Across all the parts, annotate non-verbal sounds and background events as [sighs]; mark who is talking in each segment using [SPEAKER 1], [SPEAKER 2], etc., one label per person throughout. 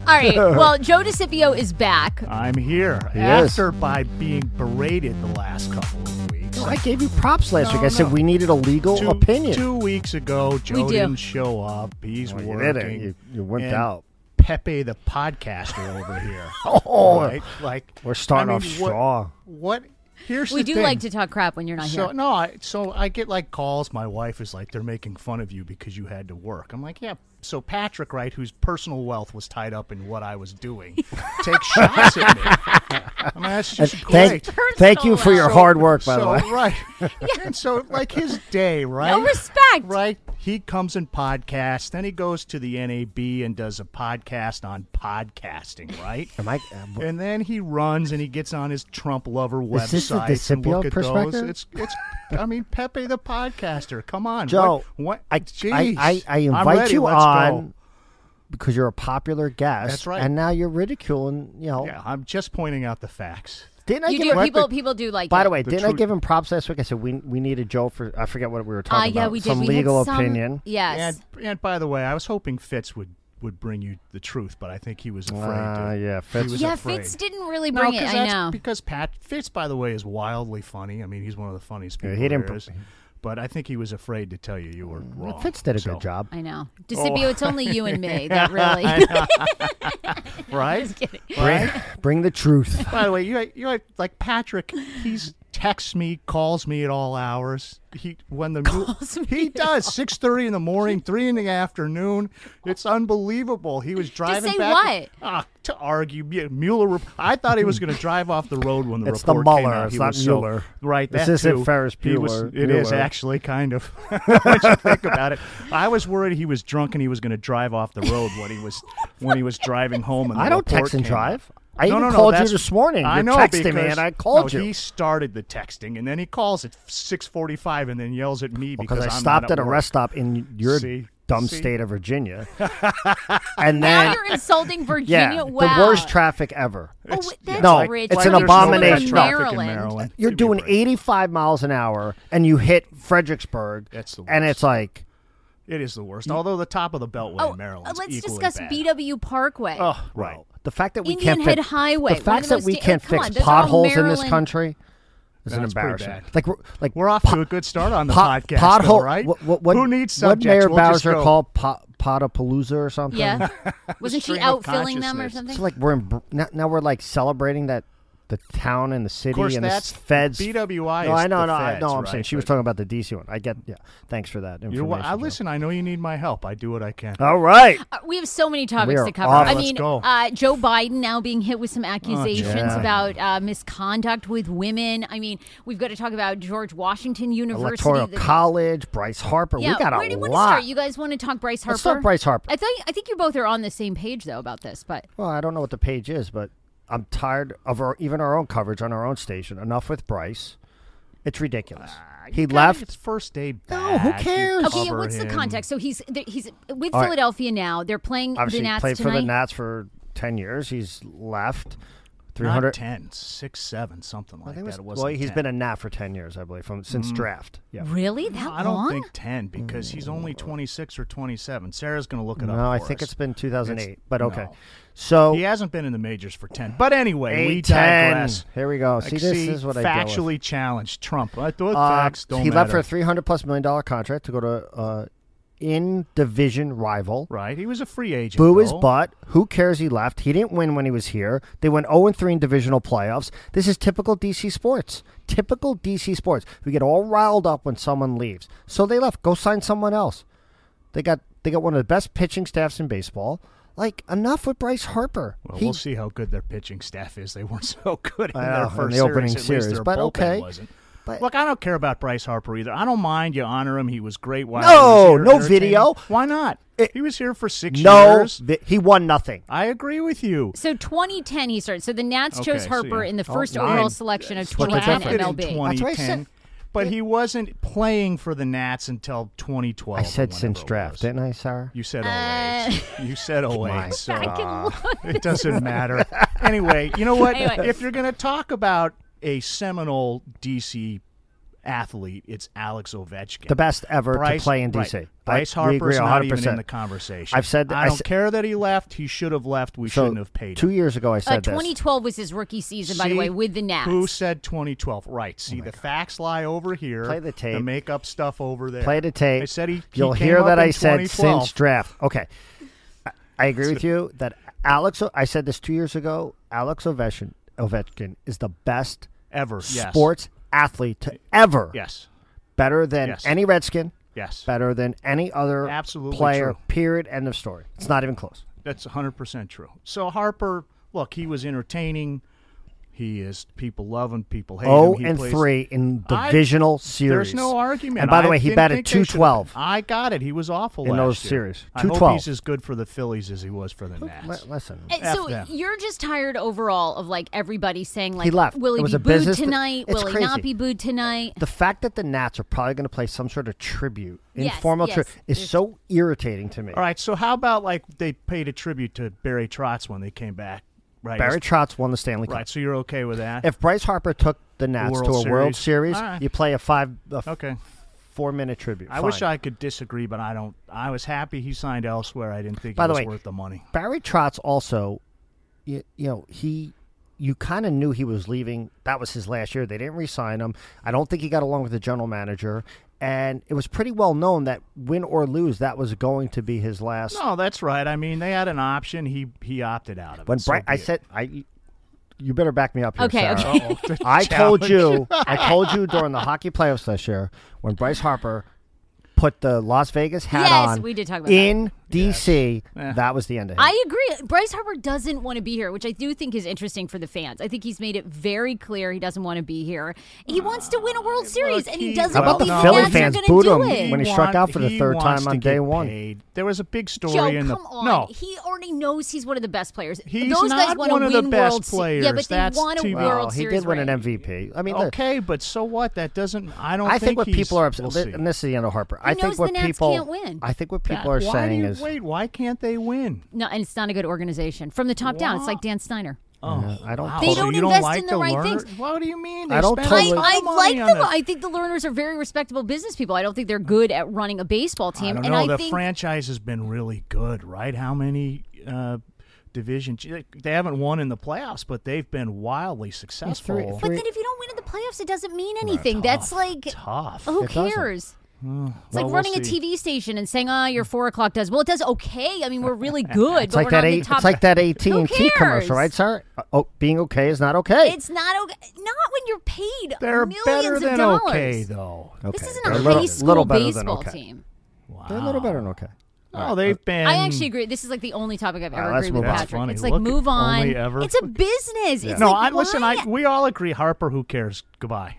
[SPEAKER 1] All
[SPEAKER 2] [laughs]
[SPEAKER 1] right. Well, Joe DeCipio is back.
[SPEAKER 3] I'm here
[SPEAKER 2] Yes.
[SPEAKER 3] after by being berated the last couple of weeks.
[SPEAKER 2] No, I gave you props last
[SPEAKER 3] No,
[SPEAKER 2] week. I said
[SPEAKER 3] no.
[SPEAKER 2] we needed a legal
[SPEAKER 3] two,
[SPEAKER 2] opinion.
[SPEAKER 3] two weeks ago, Joe
[SPEAKER 1] do.
[SPEAKER 3] didn't show up. He's
[SPEAKER 2] Well, you
[SPEAKER 3] working.
[SPEAKER 2] didn't. You- you went
[SPEAKER 3] And
[SPEAKER 2] out.
[SPEAKER 3] Pepe the podcaster over here.
[SPEAKER 2] [laughs] Oh.
[SPEAKER 3] right? like
[SPEAKER 2] We're starting
[SPEAKER 3] I mean,
[SPEAKER 2] off
[SPEAKER 3] what,
[SPEAKER 2] strong.
[SPEAKER 3] What? Here's
[SPEAKER 1] We
[SPEAKER 3] the
[SPEAKER 1] do
[SPEAKER 3] thing.
[SPEAKER 1] like to talk crap when you're not
[SPEAKER 3] So
[SPEAKER 1] here.
[SPEAKER 3] no, I, so I get like calls. My wife is like, they're making fun of you because you had to work. I'm like, yeah. So Patrick, right, whose personal wealth was tied up in what I
[SPEAKER 2] [laughs]
[SPEAKER 3] was doing, takes shots at me. I mean, that's
[SPEAKER 2] And
[SPEAKER 3] just
[SPEAKER 2] thank,
[SPEAKER 3] great.
[SPEAKER 2] thank you for your
[SPEAKER 3] So-
[SPEAKER 2] hard work, by the
[SPEAKER 3] so,
[SPEAKER 2] way. [laughs]
[SPEAKER 3] Right. And so, like his day, right?
[SPEAKER 1] No respect.
[SPEAKER 3] Right. He comes and podcasts. Then he goes to the NAB and does a podcast on podcasting,
[SPEAKER 2] [laughs]
[SPEAKER 3] right?
[SPEAKER 2] Am I? uh,
[SPEAKER 3] And then he runs and he gets on his Trump lover website.
[SPEAKER 2] Is this the
[SPEAKER 3] and look
[SPEAKER 2] DeCipio
[SPEAKER 3] at
[SPEAKER 2] perspective?
[SPEAKER 3] those. It's it's. I mean, Pepe the podcaster. Come on,
[SPEAKER 2] Joe,
[SPEAKER 3] What? what
[SPEAKER 2] I, I,
[SPEAKER 3] Jeez.
[SPEAKER 2] I, I
[SPEAKER 3] I'm
[SPEAKER 2] invite
[SPEAKER 3] ready.
[SPEAKER 2] you
[SPEAKER 3] Let's go.
[SPEAKER 2] on because you're a popular guest.
[SPEAKER 3] That's right.
[SPEAKER 2] And now you're ridiculing. You know,
[SPEAKER 3] Yeah, I'm just pointing out the facts.
[SPEAKER 2] didn't I
[SPEAKER 1] you
[SPEAKER 2] give
[SPEAKER 1] do.
[SPEAKER 2] him-
[SPEAKER 1] People, people do like.
[SPEAKER 2] By
[SPEAKER 1] it.
[SPEAKER 2] the way,
[SPEAKER 3] The
[SPEAKER 2] didn't I
[SPEAKER 3] truth-
[SPEAKER 2] give him props last week? I said we we needed Joe for I forget what we were
[SPEAKER 1] uh,
[SPEAKER 2] talking
[SPEAKER 1] yeah,
[SPEAKER 2] about.
[SPEAKER 1] we did.
[SPEAKER 2] Some
[SPEAKER 1] we had
[SPEAKER 2] legal
[SPEAKER 1] some-
[SPEAKER 2] opinion.
[SPEAKER 1] Yes.
[SPEAKER 3] And and by the way, I was hoping Fitz would would bring you the truth, but I think he was afraid.
[SPEAKER 2] Ah,
[SPEAKER 3] to.
[SPEAKER 2] yeah,
[SPEAKER 3] He
[SPEAKER 2] Fitz.
[SPEAKER 3] was
[SPEAKER 1] yeah,
[SPEAKER 3] afraid.
[SPEAKER 1] Fitz didn't really bring it.
[SPEAKER 3] 'cause
[SPEAKER 1] I
[SPEAKER 3] that's
[SPEAKER 1] know.
[SPEAKER 3] Because Pat Fitz, by the way, is wildly funny. I mean, he's one of the funniest
[SPEAKER 2] Yeah,
[SPEAKER 3] people.
[SPEAKER 2] he didn't
[SPEAKER 3] there
[SPEAKER 2] pr- Mm.
[SPEAKER 3] is. But I think he was afraid to tell you you were wrong.
[SPEAKER 2] Fitz did a
[SPEAKER 3] So-
[SPEAKER 1] [laughs]
[SPEAKER 2] good job.
[SPEAKER 1] I know.
[SPEAKER 2] Oh.
[SPEAKER 1] DeCipio, it's only you
[SPEAKER 2] [laughs]
[SPEAKER 1] and me that really.
[SPEAKER 3] right?
[SPEAKER 2] Bring, bring the truth.
[SPEAKER 3] By the way, you you know, like Patrick. He's texts me, calls me at all hours. He when the
[SPEAKER 1] Calls me
[SPEAKER 3] he
[SPEAKER 1] at
[SPEAKER 3] does six thirty in the morning, three in the afternoon. It's unbelievable. He was driving
[SPEAKER 1] say
[SPEAKER 3] back
[SPEAKER 1] what?
[SPEAKER 3] Ah, to argue. Yeah, Mueller. I thought he was going to drive off the road when the
[SPEAKER 2] It's the
[SPEAKER 3] report came
[SPEAKER 2] Mueller,
[SPEAKER 3] out.
[SPEAKER 2] it's
[SPEAKER 3] He
[SPEAKER 2] not
[SPEAKER 3] was so-
[SPEAKER 2] Mueller.
[SPEAKER 3] right.
[SPEAKER 2] This
[SPEAKER 3] that
[SPEAKER 2] isn't
[SPEAKER 3] too.
[SPEAKER 2] Ferris
[SPEAKER 3] He was-
[SPEAKER 2] Bueller-
[SPEAKER 3] It is
[SPEAKER 2] Bueller.
[SPEAKER 3] actually kind of. [laughs] when you think about it, I was worried he was drunk and he was going to drive off the road when he was when he was driving home. And the
[SPEAKER 2] I don't
[SPEAKER 3] report
[SPEAKER 2] text and
[SPEAKER 3] came out.
[SPEAKER 2] drive. I
[SPEAKER 3] No,
[SPEAKER 2] even
[SPEAKER 3] no, no,
[SPEAKER 2] called you
[SPEAKER 3] that's-
[SPEAKER 2] this morning.
[SPEAKER 3] I
[SPEAKER 2] you
[SPEAKER 3] know
[SPEAKER 2] texted me
[SPEAKER 3] because-
[SPEAKER 2] and I called
[SPEAKER 3] no,
[SPEAKER 2] you
[SPEAKER 3] He started the texting, and then he calls at six forty-five, and then yells at me because
[SPEAKER 2] because I
[SPEAKER 3] I'm
[SPEAKER 2] stopped
[SPEAKER 3] not
[SPEAKER 2] at a
[SPEAKER 3] work.
[SPEAKER 2] rest stop in your
[SPEAKER 3] See?
[SPEAKER 2] dumb
[SPEAKER 3] See?
[SPEAKER 2] state of
[SPEAKER 3] [laughs]
[SPEAKER 2] Virginia, and
[SPEAKER 1] now
[SPEAKER 2] then
[SPEAKER 1] you're insulting Virginia.
[SPEAKER 2] yeah,
[SPEAKER 1] wow.
[SPEAKER 2] the worst traffic ever.
[SPEAKER 1] Oh, wait, that's
[SPEAKER 2] No,
[SPEAKER 1] rich.
[SPEAKER 2] it's
[SPEAKER 1] Like
[SPEAKER 2] an
[SPEAKER 1] there's
[SPEAKER 3] there's no
[SPEAKER 1] someone
[SPEAKER 2] abomination.
[SPEAKER 1] from
[SPEAKER 3] less traffic in
[SPEAKER 1] Maryland.
[SPEAKER 3] Maryland.
[SPEAKER 2] You're
[SPEAKER 3] Give me
[SPEAKER 2] doing
[SPEAKER 3] a break.
[SPEAKER 2] 85 miles an hour, and you hit Fredericksburg,
[SPEAKER 3] That's the
[SPEAKER 2] and
[SPEAKER 3] worst.
[SPEAKER 2] it's like
[SPEAKER 3] It is the worst. Although the top of the Beltway
[SPEAKER 1] Oh,
[SPEAKER 3] in Maryland.
[SPEAKER 1] uh, let's discuss BW Parkway.
[SPEAKER 3] Oh, right.
[SPEAKER 2] well, the fact that we
[SPEAKER 1] Indian
[SPEAKER 2] can't
[SPEAKER 1] Head
[SPEAKER 2] fix,
[SPEAKER 1] Highway,
[SPEAKER 2] the
[SPEAKER 1] one of
[SPEAKER 2] fact
[SPEAKER 1] the
[SPEAKER 2] that
[SPEAKER 1] most
[SPEAKER 2] we
[SPEAKER 1] da-
[SPEAKER 2] can't
[SPEAKER 1] come on,
[SPEAKER 2] fix
[SPEAKER 1] those are all
[SPEAKER 2] potholes in this
[SPEAKER 1] Maryland-
[SPEAKER 2] country is an
[SPEAKER 3] That's pretty
[SPEAKER 2] embarrassment.
[SPEAKER 3] bad.
[SPEAKER 2] Like we're like
[SPEAKER 3] We're off to a good start on the
[SPEAKER 2] pot,
[SPEAKER 3] podcast,
[SPEAKER 2] pothole.
[SPEAKER 3] though, right?
[SPEAKER 2] What, what, what,
[SPEAKER 3] Who needs
[SPEAKER 2] what
[SPEAKER 3] subjects?
[SPEAKER 2] Mayor
[SPEAKER 3] We'll just
[SPEAKER 2] Bowser
[SPEAKER 3] go.
[SPEAKER 2] called pot, potapalooza or something? [laughs]
[SPEAKER 1] Yeah. Wasn't she
[SPEAKER 3] Stream
[SPEAKER 1] out
[SPEAKER 3] of
[SPEAKER 1] filling them or
[SPEAKER 3] consciousness.
[SPEAKER 1] something?
[SPEAKER 2] It's like we're in, now, now we're like celebrating that the town and the city
[SPEAKER 3] course,
[SPEAKER 2] and the
[SPEAKER 3] that's-
[SPEAKER 2] feds.
[SPEAKER 3] BWI
[SPEAKER 2] No,
[SPEAKER 3] is
[SPEAKER 2] I know,
[SPEAKER 3] the
[SPEAKER 2] no, I
[SPEAKER 3] feds,
[SPEAKER 2] know. I'm saying
[SPEAKER 3] right,
[SPEAKER 2] she was talking about the DC one. I get. Yeah, thanks for that information.
[SPEAKER 3] You're, wa- I
[SPEAKER 2] Joe.
[SPEAKER 3] listen. I know you need my help. I do what I can.
[SPEAKER 2] All right.
[SPEAKER 1] Uh, we have so many
[SPEAKER 2] We
[SPEAKER 1] topics
[SPEAKER 2] are
[SPEAKER 1] to cover.
[SPEAKER 2] off.
[SPEAKER 1] I
[SPEAKER 2] Let's Oh,
[SPEAKER 1] mean,
[SPEAKER 3] go.
[SPEAKER 1] uh, Joe Biden now being hit with some accusations
[SPEAKER 2] yeah.
[SPEAKER 1] about uh, misconduct with women. I mean, we've got to talk about George Washington University.
[SPEAKER 2] Electoral
[SPEAKER 1] the-
[SPEAKER 2] College, Bryce Harper.
[SPEAKER 1] yeah,
[SPEAKER 2] we got a
[SPEAKER 1] where do you
[SPEAKER 2] lot.
[SPEAKER 1] want to start? You guys want to talk Bryce Harper?
[SPEAKER 2] Let's start Bryce Harper.
[SPEAKER 1] I think I think you both are on the same page though about this, but
[SPEAKER 2] Well, I don't know what the page is, but I'm tired of our, even our own coverage on our own station. Enough with Bryce. It's ridiculous. he
[SPEAKER 3] It's
[SPEAKER 2] left.
[SPEAKER 3] first day back.
[SPEAKER 2] No, who
[SPEAKER 3] You
[SPEAKER 2] cares?
[SPEAKER 1] okay,
[SPEAKER 3] cover
[SPEAKER 1] what's the
[SPEAKER 3] him.
[SPEAKER 1] context? So he's th- he's with
[SPEAKER 2] All right.
[SPEAKER 1] Philadelphia now. They're playing
[SPEAKER 2] Obviously,
[SPEAKER 1] the Nats
[SPEAKER 2] played
[SPEAKER 1] tonight.
[SPEAKER 2] for the Nats for 10 years. He's left.
[SPEAKER 3] Not
[SPEAKER 2] 300.
[SPEAKER 3] 10, 6, 7, something
[SPEAKER 2] I
[SPEAKER 3] like Mm-hmm.
[SPEAKER 2] think it was,
[SPEAKER 3] that. It
[SPEAKER 2] well,
[SPEAKER 3] wasn't
[SPEAKER 2] he's
[SPEAKER 3] 10.
[SPEAKER 2] been a Nat for 10 years, I believe, from since draft. Yeah.
[SPEAKER 1] Really? That
[SPEAKER 3] I don't
[SPEAKER 1] long?
[SPEAKER 3] think 10 because he's only 26 or 27. Sarah's going to look it up.
[SPEAKER 2] No, I
[SPEAKER 3] for
[SPEAKER 2] think
[SPEAKER 3] us.
[SPEAKER 2] it's been 2008,
[SPEAKER 3] It's-
[SPEAKER 2] but okay.
[SPEAKER 3] no.
[SPEAKER 2] So,
[SPEAKER 3] He hasn't been in the majors for 10. But anyway, we
[SPEAKER 2] 8-10.
[SPEAKER 3] digress.
[SPEAKER 2] Here we go.
[SPEAKER 3] Like,
[SPEAKER 2] See, this is what I deal with.
[SPEAKER 3] factually challenged Trump. I thought
[SPEAKER 2] Uh,
[SPEAKER 3] facts don't
[SPEAKER 2] he left for
[SPEAKER 3] matter.
[SPEAKER 2] a 300 plus million dollar contract to go to uh, in division rival.
[SPEAKER 3] right. He was a free agent.
[SPEAKER 2] Boo his
[SPEAKER 3] though.
[SPEAKER 2] butt. Who cares he left? He didn't win when he was here. They went 0 3 in divisional playoffs. This is typical DC sports. Typical DC sports. We get all riled up when someone leaves. So they left. Go sign someone else. They got they got one of the best pitching staffs in baseball. Like enough with Bryce Harper.
[SPEAKER 3] Well,
[SPEAKER 2] He-
[SPEAKER 3] we'll see how good their pitching staff is. They weren't [laughs] so good in
[SPEAKER 2] I know,
[SPEAKER 3] their
[SPEAKER 2] in
[SPEAKER 3] first
[SPEAKER 2] the opening
[SPEAKER 3] series, at
[SPEAKER 2] series,
[SPEAKER 3] Least their
[SPEAKER 2] but
[SPEAKER 3] bullpen
[SPEAKER 2] okay.
[SPEAKER 3] wasn't.
[SPEAKER 2] But-
[SPEAKER 3] Look, I don't care about Bryce Harper either. I don't mind you honor him. He was great. While
[SPEAKER 2] No,
[SPEAKER 3] he was here,
[SPEAKER 2] no
[SPEAKER 3] entertaining.
[SPEAKER 2] video.
[SPEAKER 3] Why not?
[SPEAKER 2] It-
[SPEAKER 3] he was here for six
[SPEAKER 2] no,
[SPEAKER 3] years.
[SPEAKER 2] th- he won nothing.
[SPEAKER 3] I agree with you.
[SPEAKER 1] So 2010 he started. So the Nats
[SPEAKER 3] Okay,
[SPEAKER 1] chose
[SPEAKER 3] so
[SPEAKER 1] Harper
[SPEAKER 3] yeah.
[SPEAKER 1] in the
[SPEAKER 2] Oh,
[SPEAKER 1] first
[SPEAKER 2] nine.
[SPEAKER 1] overall selection of
[SPEAKER 2] Split the
[SPEAKER 1] 2010
[SPEAKER 2] difference.
[SPEAKER 3] In
[SPEAKER 1] MLB.
[SPEAKER 2] That's what I said.
[SPEAKER 3] 2010, But he wasn't playing for the Nats until 2012.
[SPEAKER 2] I said
[SPEAKER 3] or
[SPEAKER 2] since
[SPEAKER 3] whenever it
[SPEAKER 2] draft,
[SPEAKER 3] was.
[SPEAKER 2] didn't I, Sarah?
[SPEAKER 3] You said 08.
[SPEAKER 2] [laughs]
[SPEAKER 3] you said 08. So
[SPEAKER 1] I can look.
[SPEAKER 3] [laughs] it doesn't matter. Anyway, you know what?
[SPEAKER 1] Anyway.
[SPEAKER 3] If you're going to talk about a seminal DC athlete, it's Alex Ovechkin.
[SPEAKER 2] The best ever
[SPEAKER 3] Bryce-
[SPEAKER 2] to play in
[SPEAKER 3] right.
[SPEAKER 2] DC.
[SPEAKER 3] Bryce
[SPEAKER 2] I- we
[SPEAKER 3] Harper's
[SPEAKER 2] agree
[SPEAKER 3] not even
[SPEAKER 2] 100%.
[SPEAKER 3] in the conversation.
[SPEAKER 2] I've said-
[SPEAKER 3] I
[SPEAKER 2] I
[SPEAKER 3] don't
[SPEAKER 2] s-
[SPEAKER 3] care that he left. He should have left. We
[SPEAKER 2] So,
[SPEAKER 3] shouldn't have paid him.
[SPEAKER 2] Two years ago, I said
[SPEAKER 1] Uh,
[SPEAKER 2] this.
[SPEAKER 1] 2012 was his rookie season, by the
[SPEAKER 3] See?
[SPEAKER 1] way, with the Nats.
[SPEAKER 3] Who said 2012? Right. See, the facts lie over here.
[SPEAKER 2] Oh Play the tape.
[SPEAKER 3] The makeup stuff over there.
[SPEAKER 2] Play the tape.
[SPEAKER 3] I said he. he
[SPEAKER 2] You'll
[SPEAKER 3] came
[SPEAKER 2] hear
[SPEAKER 3] up
[SPEAKER 2] that
[SPEAKER 3] in
[SPEAKER 2] I said
[SPEAKER 3] 2012.
[SPEAKER 2] since draft. Okay, I, I agree with you that Alex. I said this two years ago. Alex Ovechkin, Ovechkin is the best
[SPEAKER 3] ever. Yes.
[SPEAKER 2] sports athlete to ever.
[SPEAKER 3] Yes.
[SPEAKER 2] better than
[SPEAKER 3] Yes.
[SPEAKER 2] any Redskin.
[SPEAKER 3] Yes.
[SPEAKER 2] Better than any other
[SPEAKER 3] Absolutely
[SPEAKER 2] player.
[SPEAKER 3] true.
[SPEAKER 2] Period. End of story. It's not even close.
[SPEAKER 3] That's 100% true. So Harper, look, he was entertaining. He is. People love him. People hate
[SPEAKER 2] Oh
[SPEAKER 3] him. He
[SPEAKER 2] and
[SPEAKER 3] plays-
[SPEAKER 2] three in
[SPEAKER 3] I-
[SPEAKER 2] divisional series.
[SPEAKER 3] There's no argument.
[SPEAKER 2] And by the
[SPEAKER 3] I
[SPEAKER 2] way, he
[SPEAKER 3] didn't
[SPEAKER 2] batted
[SPEAKER 3] think they should've-
[SPEAKER 2] 212.
[SPEAKER 3] I got it. He was awful
[SPEAKER 2] In
[SPEAKER 3] last
[SPEAKER 2] those
[SPEAKER 3] year.
[SPEAKER 2] series.
[SPEAKER 3] I hope
[SPEAKER 2] 212.
[SPEAKER 3] he's as good for the Phillies as he was for the Nats.
[SPEAKER 2] Li- listen.
[SPEAKER 1] And
[SPEAKER 3] F
[SPEAKER 1] so
[SPEAKER 3] them.
[SPEAKER 1] you're just tired overall of like everybody saying like
[SPEAKER 2] He left.
[SPEAKER 1] will he
[SPEAKER 2] It was
[SPEAKER 1] be
[SPEAKER 2] a
[SPEAKER 1] booed
[SPEAKER 2] business de-
[SPEAKER 1] tonight?
[SPEAKER 2] It's
[SPEAKER 1] will he not
[SPEAKER 2] crazy.
[SPEAKER 1] be booed tonight?
[SPEAKER 2] the fact that the Nats are probably going to play some sort of tribute,
[SPEAKER 1] Yes,
[SPEAKER 2] informal
[SPEAKER 1] yes.
[SPEAKER 2] tribute, is so irritating to me.
[SPEAKER 3] All right, so how about like they paid a tribute to Barry Trotz when they came back, right?
[SPEAKER 2] Barry Trotz won the Stanley Cup.
[SPEAKER 3] right. So you're okay with that?
[SPEAKER 2] If Bryce Harper took the Nats
[SPEAKER 3] World
[SPEAKER 2] to a World
[SPEAKER 3] Series.
[SPEAKER 2] Series,
[SPEAKER 3] All right.
[SPEAKER 2] you play a five, a
[SPEAKER 3] okay.
[SPEAKER 2] four minute tribute.
[SPEAKER 3] I wish
[SPEAKER 2] Fine.
[SPEAKER 3] I could disagree, but I don't. I was happy he signed elsewhere. I didn't think
[SPEAKER 2] By
[SPEAKER 3] it
[SPEAKER 2] the
[SPEAKER 3] was
[SPEAKER 2] way,
[SPEAKER 3] worth the money.
[SPEAKER 2] Barry Trotz also, you, you know, he, you kind of knew he was leaving. That was his last year. They didn't re-sign him. I don't think he got along with the general manager, and it was pretty well known that win or lose, that was going to be his last.
[SPEAKER 3] No, Oh, that's right. I mean, they had an option. He he opted out of
[SPEAKER 2] when
[SPEAKER 3] it. so
[SPEAKER 2] Bry- I
[SPEAKER 3] be it.
[SPEAKER 2] said, I, you better back me up here.
[SPEAKER 1] Okay,
[SPEAKER 2] Sarah.
[SPEAKER 1] okay.
[SPEAKER 2] [laughs] I told you, I told you during the hockey playoffs this year when Bryce Harper put the Las Vegas hat
[SPEAKER 1] Yes,
[SPEAKER 2] on
[SPEAKER 1] we did talk about that.
[SPEAKER 2] in DC. That was the end of it.
[SPEAKER 1] I agree. Bryce Harper doesn't want to be here, which I do think is interesting for the fans. I think he's made it very clear he doesn't want to be here. He wants to win a World Series, and he
[SPEAKER 3] he-
[SPEAKER 1] doesn't
[SPEAKER 3] How about
[SPEAKER 1] believe
[SPEAKER 3] the
[SPEAKER 1] the
[SPEAKER 3] Philly
[SPEAKER 1] Nats
[SPEAKER 2] fans
[SPEAKER 1] are
[SPEAKER 2] booed
[SPEAKER 1] going to do
[SPEAKER 2] him
[SPEAKER 1] it.
[SPEAKER 2] when he struck out for the
[SPEAKER 3] he
[SPEAKER 2] third time
[SPEAKER 3] wants
[SPEAKER 2] on
[SPEAKER 3] to
[SPEAKER 2] day
[SPEAKER 3] get
[SPEAKER 2] one.
[SPEAKER 3] paid. There was a big story
[SPEAKER 1] Joe,
[SPEAKER 3] in the
[SPEAKER 1] come on.
[SPEAKER 3] no.
[SPEAKER 1] He already knows he's one of the best players.
[SPEAKER 3] He's
[SPEAKER 1] Those guys
[SPEAKER 3] not
[SPEAKER 1] want
[SPEAKER 3] one
[SPEAKER 1] to
[SPEAKER 3] of the
[SPEAKER 1] win
[SPEAKER 3] best
[SPEAKER 1] World Se-
[SPEAKER 3] players.
[SPEAKER 1] Yeah, but they
[SPEAKER 3] That's
[SPEAKER 1] want to
[SPEAKER 3] TV.
[SPEAKER 1] win
[SPEAKER 3] Well,
[SPEAKER 1] World
[SPEAKER 2] he
[SPEAKER 1] Series.
[SPEAKER 2] did win
[SPEAKER 1] ring.
[SPEAKER 2] an MVP. I mean, look,
[SPEAKER 3] Okay, but so what? That doesn't. I don't.
[SPEAKER 2] I think what
[SPEAKER 3] he's-
[SPEAKER 2] people are upset.
[SPEAKER 3] we'll see.
[SPEAKER 2] and this is the end of Harper. I
[SPEAKER 1] knows
[SPEAKER 2] think what
[SPEAKER 1] the Nats
[SPEAKER 2] people
[SPEAKER 1] can't win.
[SPEAKER 2] I think what people
[SPEAKER 3] Why
[SPEAKER 2] are
[SPEAKER 3] do
[SPEAKER 2] saying
[SPEAKER 3] you-
[SPEAKER 2] is
[SPEAKER 3] wait. Why can't they win?
[SPEAKER 1] No, and it's not a good organization from the top down. It's like Dan Steiner.
[SPEAKER 3] Oh,
[SPEAKER 2] I don't
[SPEAKER 3] wow.
[SPEAKER 2] They
[SPEAKER 3] so
[SPEAKER 1] don't
[SPEAKER 3] you don't
[SPEAKER 1] invest
[SPEAKER 3] like
[SPEAKER 1] in
[SPEAKER 3] the
[SPEAKER 1] the right
[SPEAKER 3] learner-
[SPEAKER 1] things.
[SPEAKER 3] What do you mean? They
[SPEAKER 2] I don't
[SPEAKER 3] spent a
[SPEAKER 2] totally-
[SPEAKER 3] lot
[SPEAKER 1] I,
[SPEAKER 3] of
[SPEAKER 1] I
[SPEAKER 3] money
[SPEAKER 1] like
[SPEAKER 3] on
[SPEAKER 1] the.
[SPEAKER 3] this.
[SPEAKER 1] I think the learners are very respectable business people. I don't think they're good at running a baseball team.
[SPEAKER 3] I don't
[SPEAKER 1] and
[SPEAKER 3] know.
[SPEAKER 1] I
[SPEAKER 3] the
[SPEAKER 1] think
[SPEAKER 3] franchise has been really good, right? How many uh, divisions? They haven't won in the playoffs, but they've been wildly successful.
[SPEAKER 1] But then if you don't win in the playoffs, it doesn't mean anything. That's like
[SPEAKER 3] tough.
[SPEAKER 1] who
[SPEAKER 2] It doesn't.
[SPEAKER 1] cares? It's
[SPEAKER 3] well,
[SPEAKER 1] like
[SPEAKER 3] we'll
[SPEAKER 1] running
[SPEAKER 3] see.
[SPEAKER 1] a TV station and saying, "Ah, your four o'clock does well." It does okay. I mean, we're really good,
[SPEAKER 2] it's
[SPEAKER 1] but
[SPEAKER 2] like
[SPEAKER 1] we're
[SPEAKER 2] that.
[SPEAKER 1] not in
[SPEAKER 2] Eight,
[SPEAKER 1] the top.
[SPEAKER 2] it's like that AT and
[SPEAKER 1] Who
[SPEAKER 2] T commercial,
[SPEAKER 1] cares?
[SPEAKER 2] right, sir? Oh, being okay is not okay.
[SPEAKER 1] It's not okay. Not when you're paid
[SPEAKER 3] They're
[SPEAKER 1] millions
[SPEAKER 3] better
[SPEAKER 1] of
[SPEAKER 3] than
[SPEAKER 1] dollars. Oh,
[SPEAKER 3] okay, though.
[SPEAKER 2] okay.
[SPEAKER 1] This isn't
[SPEAKER 2] They're
[SPEAKER 1] a
[SPEAKER 2] little,
[SPEAKER 1] high school
[SPEAKER 2] little better than
[SPEAKER 1] baseball
[SPEAKER 2] okay.
[SPEAKER 1] team.
[SPEAKER 3] Wow.
[SPEAKER 2] They're a little better than okay.
[SPEAKER 3] No, Oh, they've been.
[SPEAKER 1] I actually agree. This is like the only topic I've
[SPEAKER 2] right,
[SPEAKER 1] ever
[SPEAKER 2] let's
[SPEAKER 1] agreed with
[SPEAKER 2] move on.
[SPEAKER 1] Patrick.
[SPEAKER 3] Funny,
[SPEAKER 1] It's like
[SPEAKER 3] look,
[SPEAKER 1] move on.
[SPEAKER 3] only ever.
[SPEAKER 1] It's a business. It's
[SPEAKER 3] No,
[SPEAKER 1] like,
[SPEAKER 3] I listen.
[SPEAKER 1] why-
[SPEAKER 3] I we all agree. Harper, who cares? Goodbye.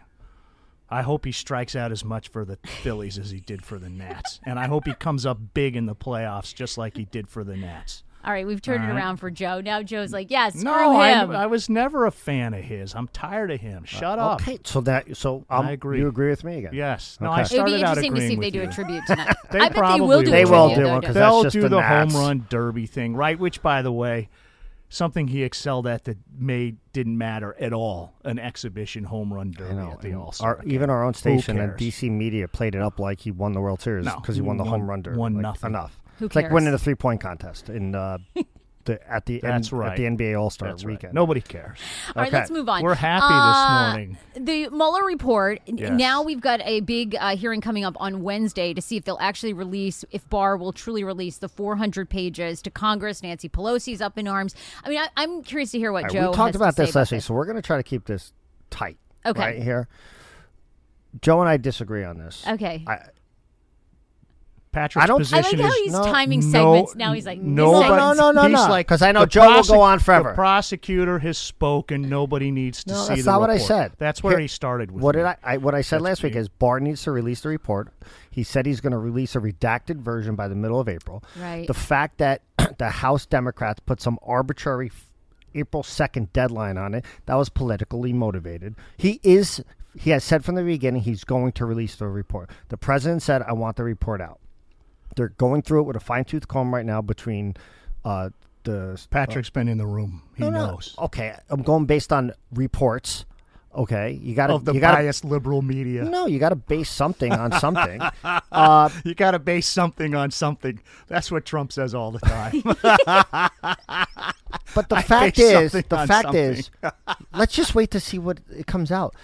[SPEAKER 3] I hope he strikes out as much for the Phillies as he did for the Nats, and I hope he comes up big in the playoffs just like he did for the Nats.
[SPEAKER 1] all right, we've turned it around for Joe. Now Joe's like, "Yeah, screw
[SPEAKER 3] Uh-huh. No, I,
[SPEAKER 1] him."
[SPEAKER 3] I was never a fan of his. I'm tired of him. Shut up.
[SPEAKER 2] Uh, Okay, so that so um,
[SPEAKER 3] I agree.
[SPEAKER 2] You agree with me again?
[SPEAKER 3] Yes. No,
[SPEAKER 2] Okay.
[SPEAKER 3] I
[SPEAKER 1] it would
[SPEAKER 3] started
[SPEAKER 1] be
[SPEAKER 3] out
[SPEAKER 1] interesting to see if
[SPEAKER 3] agreeing
[SPEAKER 1] they
[SPEAKER 3] with
[SPEAKER 1] do
[SPEAKER 3] you.
[SPEAKER 1] a tribute tonight.
[SPEAKER 3] [laughs] They
[SPEAKER 1] I bet
[SPEAKER 3] probably
[SPEAKER 1] they will do. a
[SPEAKER 3] will. They
[SPEAKER 1] tribute,
[SPEAKER 3] will
[SPEAKER 2] do
[SPEAKER 1] though,
[SPEAKER 2] one,
[SPEAKER 1] don't
[SPEAKER 2] 'cause
[SPEAKER 1] they?
[SPEAKER 2] that's
[SPEAKER 3] They'll
[SPEAKER 2] just
[SPEAKER 3] do
[SPEAKER 2] the
[SPEAKER 3] the,
[SPEAKER 2] Nats.
[SPEAKER 3] home run derby thing, right? Which, by the way, something he excelled at that made didn't matter at all. An exhibition home run derby
[SPEAKER 2] No,
[SPEAKER 3] at the
[SPEAKER 2] and
[SPEAKER 3] All
[SPEAKER 2] our-
[SPEAKER 3] Star.
[SPEAKER 2] even our own station and
[SPEAKER 3] cares?
[SPEAKER 2] DC media played it up like he won the World Series
[SPEAKER 3] No,
[SPEAKER 2] because he won the home run derby.
[SPEAKER 3] won
[SPEAKER 2] Like,
[SPEAKER 3] nothing.
[SPEAKER 2] Enough.
[SPEAKER 1] Who
[SPEAKER 2] it's like
[SPEAKER 1] cares?
[SPEAKER 2] winning a three point contest in
[SPEAKER 3] [laughs]
[SPEAKER 2] uh, the at the
[SPEAKER 3] That's
[SPEAKER 2] N-
[SPEAKER 3] right.
[SPEAKER 2] at the NBA All Star
[SPEAKER 3] That's right.
[SPEAKER 2] weekend.
[SPEAKER 3] Nobody cares.
[SPEAKER 1] All right,
[SPEAKER 2] Okay.
[SPEAKER 1] let's move on. Uh,
[SPEAKER 3] We're happy this morning.
[SPEAKER 1] The Mueller report. n-
[SPEAKER 3] Yes.
[SPEAKER 1] Now we've got a big uh, hearing coming up on Wednesday to see if they'll actually release, if Barr will truly release the 400 pages to Congress. Nancy Pelosi's up in arms. I mean, I, I'm curious to hear what
[SPEAKER 2] All right,
[SPEAKER 1] Joe.
[SPEAKER 2] we talked
[SPEAKER 1] has
[SPEAKER 2] about
[SPEAKER 1] to say
[SPEAKER 2] this last week, so we're going to try to keep this tight.
[SPEAKER 1] Okay.
[SPEAKER 2] Right here, Joe and I disagree on this.
[SPEAKER 1] Okay.
[SPEAKER 2] I,
[SPEAKER 3] Patrick's
[SPEAKER 2] I don't- I
[SPEAKER 1] I
[SPEAKER 3] position
[SPEAKER 1] like how
[SPEAKER 3] is
[SPEAKER 1] he's
[SPEAKER 2] no-
[SPEAKER 1] timing
[SPEAKER 3] no-
[SPEAKER 1] segments. Now he's like,
[SPEAKER 3] no,
[SPEAKER 1] this segment-
[SPEAKER 2] No, no, no,
[SPEAKER 3] he's
[SPEAKER 2] no,
[SPEAKER 3] like
[SPEAKER 2] 'cause I know
[SPEAKER 3] the
[SPEAKER 2] Joe will go on
[SPEAKER 3] prosec-
[SPEAKER 2] forever.
[SPEAKER 3] The prosecutor has spoken. Nobody needs to
[SPEAKER 2] No,
[SPEAKER 3] see
[SPEAKER 2] that's
[SPEAKER 3] the
[SPEAKER 2] not what I
[SPEAKER 3] report.
[SPEAKER 2] said.
[SPEAKER 3] That's where
[SPEAKER 2] Here-
[SPEAKER 3] he started with.
[SPEAKER 2] What
[SPEAKER 3] me.
[SPEAKER 2] did I, I? What I said last week
[SPEAKER 3] me.
[SPEAKER 2] is Barr needs to release the report. He said he's going to release a redacted version by the middle of April.
[SPEAKER 1] Right.
[SPEAKER 2] The fact that [clears throat] the House Democrats put some arbitrary f- April second deadline on it that was politically motivated. He is. He has said from the beginning he's going to release the report. The president said, "I want the report out." They're going through it with a fine tooth comb right now between uh, the
[SPEAKER 3] Patrick's been in the room. He
[SPEAKER 2] no, no.
[SPEAKER 3] knows.
[SPEAKER 2] Okay, I'm going based on reports Okay, you got
[SPEAKER 3] of
[SPEAKER 2] to
[SPEAKER 3] the
[SPEAKER 2] you got
[SPEAKER 3] biased liberal media.
[SPEAKER 2] no, you got to base something on something. uh,
[SPEAKER 3] [laughs] You got to base something on something. That's what Trump says all the
[SPEAKER 2] [laughs]
[SPEAKER 3] time.
[SPEAKER 2] But the fact
[SPEAKER 3] based
[SPEAKER 2] is, the
[SPEAKER 3] something on
[SPEAKER 2] fact
[SPEAKER 3] something. [laughs]
[SPEAKER 2] is, let's just wait to see what it comes out.